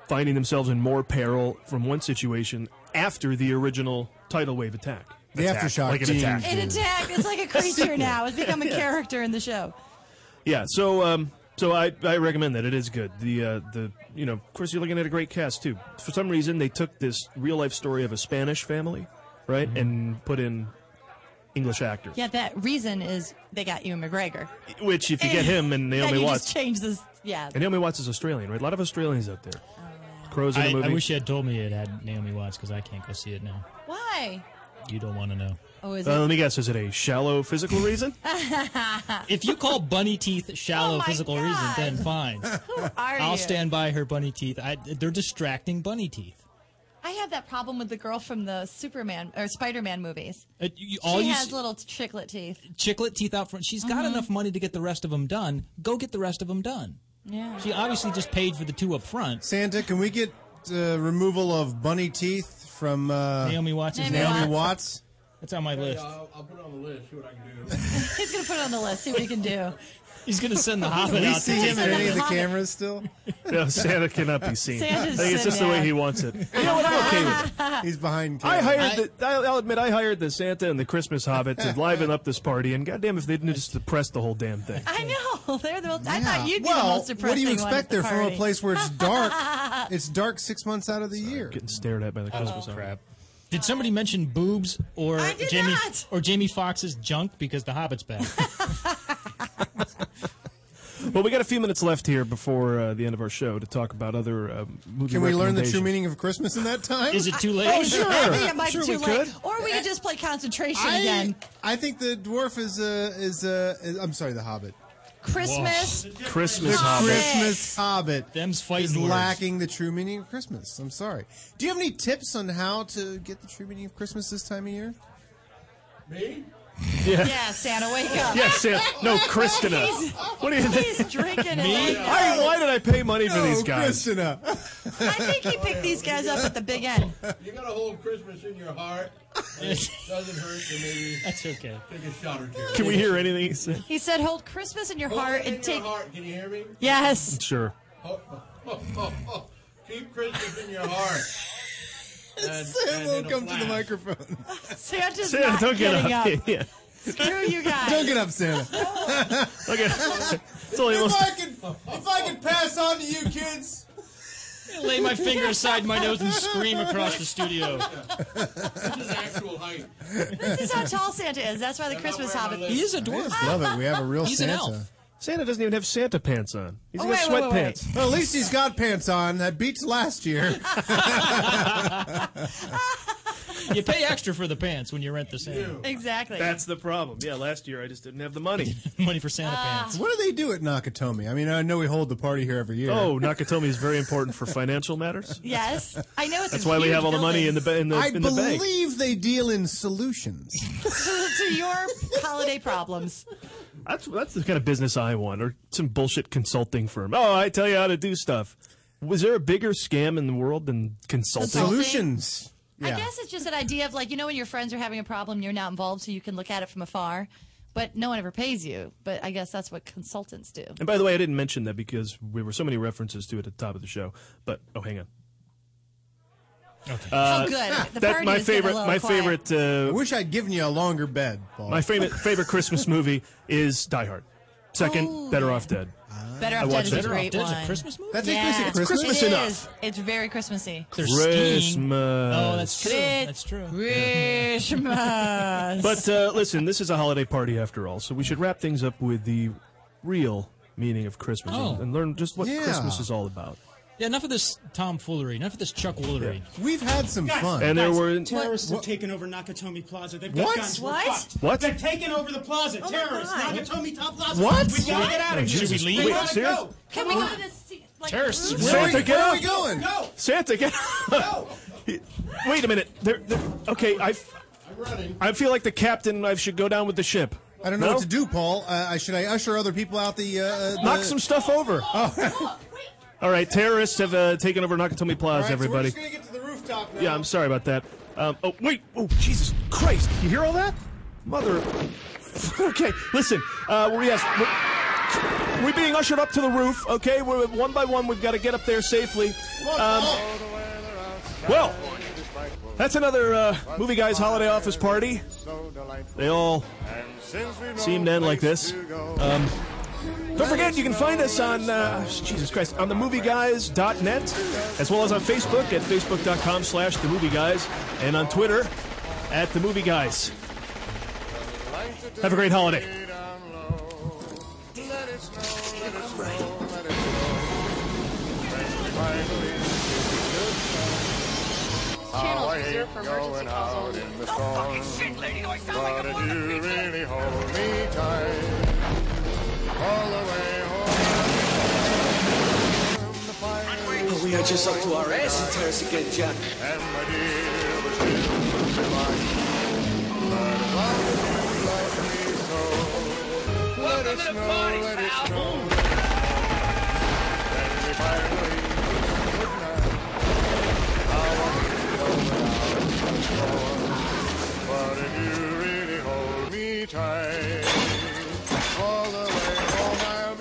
finding themselves in more peril from one situation after the original tidal wave attack.
The
Attack,
aftershock
like an
team.
attack.
It attacked. It's like a creature now. It's become a character in the show.
Yeah, so um, so I, I recommend that it is good. The uh, the you know, of course, you're looking at a great cast too. For some reason, they took this real life story of a Spanish family, right,
Mm-hmm.
and put in English actors.
Yeah, that reason is they got Ewan McGregor.
Which, if you get him and
Then
Naomi
you
Watts,
just change this. Yeah.
and Naomi Watts is Australian, right? A lot of Australians out there. Crows in
I,
the movie.
I wish you had told me it had Naomi Watts because I can't go see it now.
Why?
You don't want to know.
Oh, is
Uh, let
it?
me guess. Is it a shallow physical reason?
If you call bunny teeth
Oh
shallow physical reason, then fine.
Are
I'll
you?
stand by her bunny teeth. I, they're distracting bunny teeth.
I have that problem with the girl from the Superman or Spider-Man movies.
Uh, you- all
she
you
has
s-
little chiclet teeth.
chiclet teeth out front. She's got
Mhm.
enough money to get the rest of them done. Go get the rest of them done.
Yeah.
She obviously just paid for the two up front.
Santa, can we get uh, removal of bunny teeth from uh,
Naomi Watts is
Naomi,
Naomi
Watts.
That's on my list.
I'll, I'll put it on the list, see what I can do.
He's gonna put it on the list. See what he can do.
He's going to send the
Can
Hobbit
we
out
see
to
him
him.
in any of the
Hobbit.
cameras still?
no, Santa cannot be seen.
Santa's
I think it's just
sitting
the way
down.
he wants it. You know what? I'm okay with it.
He's behind.
I
camera.
hired the. I'll I'll admit, I hired the Santa and the Christmas Hobbit to liven up this party. And goddamn, if they didn't just depress the whole damn thing.
I know. They're the most, I
Yeah.
thought you'd be
well,
the most depressing
what do you
one at
expect
the
there from a
party.
place where it's dark?
Uh,
it's dark six months out of the year.
Getting stared at by the Christmas Hobbit.
Crap. Did somebody mention boobs or
Oh, I did
Jamie
not.
or Jamie Fox's junk because the Hobbit's back?
Well, we got a few minutes left here before uh, the end of our show to talk about other uh, movie.
Can we learn the true
recommendations.
meaning of Christmas in that time?
Is it too late?
Oh,
Is it
sure.
I think it might
Sure,
be too
we
late.
could.
Or we could just play concentration
I,
again.
I think the dwarf is a is a. Is, I'm sorry, the Hobbit.
Christmas.
Christmas
the
Hobbit.
Christmas Hobbit
Them's
is
fighting words.
lacking the true meaning of Christmas. I'm sorry. Do you have any tips on how to get the true meaning of Christmas this time of year?
Me?
Yeah.
Yeah, Santa, wake up.
Yes, Santa. No, Christina.
He's-
What do you think?
He's drinking
Me?
it.
I, why did I pay money for
No,
these guys?
Christina.
I think he picked these guys up at the big end.
You gotta hold Christmas in your heart. and It doesn't hurt to maybe
That's okay.
take a shot or two.
Can we hear anything he said?
He said, "Hold Christmas in your
Hold
heart
it in
and take."
your heart. Can you hear me?
Yes.
Sure.
Oh, oh, oh, oh. Keep Christmas in your heart. And-
Sam
and
won't
it'll
come to the
flash.
microphone.
Santa's
Santa,
not
don't get
getting
up.
up.
yeah.
Screw you guys.
Don't get up, Santa.
Okay. it's only
if
almost.
I could, if I could pass on to you kids,
Lay my finger aside my nose and scream across the studio.
actual height.
This is how tall Santa is. That's why the Christmas hobbit.
He is a dwarf.
Love it. We have a real
He's an
Santa.
elf.
Santa doesn't even have Santa pants on. He's
Oh,
got
wait, wait, wait, wait.
sweatpants.
Well, at least he's got pants on. That beats last year.
You pay extra for the pants when you rent the Santa.
Exactly.
That's the problem. Yeah, last year I just didn't have the money.
money for Santa
Ah.
pants. What do they do at Nakatomi? I mean, I know we hold the party here every year.
Oh, Nakatomi is very important for financial matters.
Yes, I know it's.
That's
a
why we
huge
have all the money in the ba- in the
I
in the bank.
believe they deal in solutions.
building to your holiday problems.
That's that's the kind of business I want, or some bullshit consulting firm. Oh, I tell you how to do stuff. Was there a bigger scam in the world than consulting?
Solutions.
I guess it's just an idea of like you know when your friends are having a problem, you're not involved, so you can look at it from afar. But no one ever pays you. But I guess that's what consultants do.
And by the way, I didn't mention that because there were so many references to it at the top of the show. But oh, hang on. Uh, Okay.
oh, good. The
that
party
my
is getting a
favorite.
little
My
quiet.
favorite. Uh, I
wish I'd given you a longer bed. Paul.
My favorite favorite Christmas movie is Die Hard. Second, Better Off Dead.
Oh, Ah. Better
I
Off Dead
watched
is
it.
a great
Better Off
one.
Dead is a Christmas
movie? That takes place at
Yeah.
Christmas? Christmas
It
enough.
is. It's very Christmassy.
Christmas.
Oh, that's true. That's true.
Christmas.
But uh, listen, this is a holiday party after all, so we should wrap things up with the real meaning of Christmas and-
Oh.
and learn just what
Yeah.
Christmas is all about.
Yeah, enough of this tomfoolery. Enough of this chuckwoolery.
We've had some
Guys,
And there
guys,
were
terrorists
What-
have taken over Nakatomi Plaza. They've
What?
got guns. We're
What?
fucked.
What?
They've taken over the plaza.
Oh my
terrorists,
God.
Nakatomi Top Plaza.
What?
We gotta get out of here.
Should we leave?
We
Wait,
gotta
serious?
go.
Can we go to this? Like,
Terrorists.
room?
Santa, get
where are
up.
we going?
No.
Santa, get up. Wait a minute. They're, they're, okay, I, f- I feel like the captain I should go down with the ship.
I don't know what to do, Paul. Uh, I- should I usher other people out the? Uh,
Knock
the- Oh.
some stuff over. All right, terrorists have uh, taken over Nakatomi
All
Plaza,
right, so
everybody.
we're just gonna get to the rooftop now.
Yeah, I'm sorry about that. Um, oh, wait. Oh, Jesus Christ. You hear all that? Mother. okay, listen. Uh, we're, yes, we're, we're being ushered up to the roof, okay? We're, one by one, we've got to get up there safely. Um, well, that's another uh, Movie Guys Holiday Office Party. They all seem to end like this. Um, don't forget, you can find us on, uh, Jesus Christ, on themovieguys.net, as well as on Facebook at facebook.com slash themovieguys, and on Twitter at themovieguys. Have a great holiday.
Channel reserved for emergency calls only. Oh, fucking shit, lady, I sound like a motherfucker. really hold me tight. All the way home.
But we are just up to our ass in terrorists again, Jack.
And my dear, we're still surviving. But as long as you love me so, let us know, let us know. When we finally kiss goodnight, I want you to know that I'll much more. But if you really hold me tight, all the way home I'll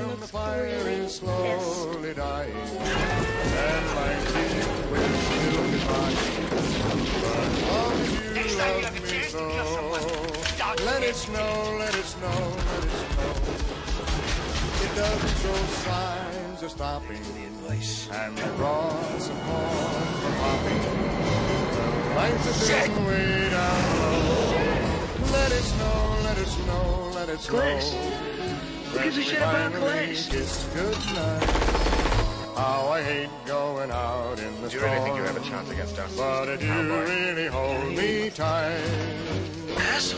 be warm. The fire is slowly dying, and my tears will still be mine. But as long as you love me so, let it snow, let it snow, let it snow. It doesn't show signs of stopping, and the roars of corn are popping. The lights are dim way down low. Let it snow, let it snow, let it snow. Glass. When Because we we should have brought finally glass. kiss goodnight. Oh, I hate going out in the Do you storm. really think you have a chance against us? But if you Cowboy. really hold me tight,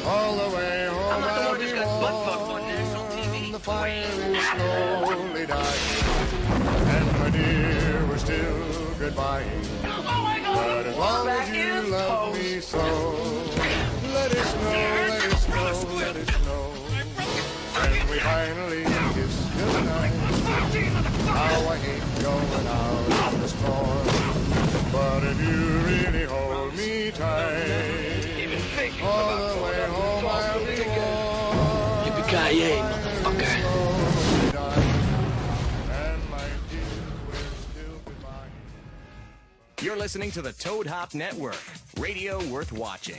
all the way home I'm not the I'll one be who's got butt fucked on national TV. The fire is slowly dying, and my dear, we're still goodbye. Oh, But as long as you love me so, let it snow, let it snow, let it snow. When we finally kiss goodnight, how I hate going out in the storm. But if you really hold me tight, all the way home I'll be warm.
Yippee-ki-yay,
You're listening to the Toad Hop Network, radio worth watching.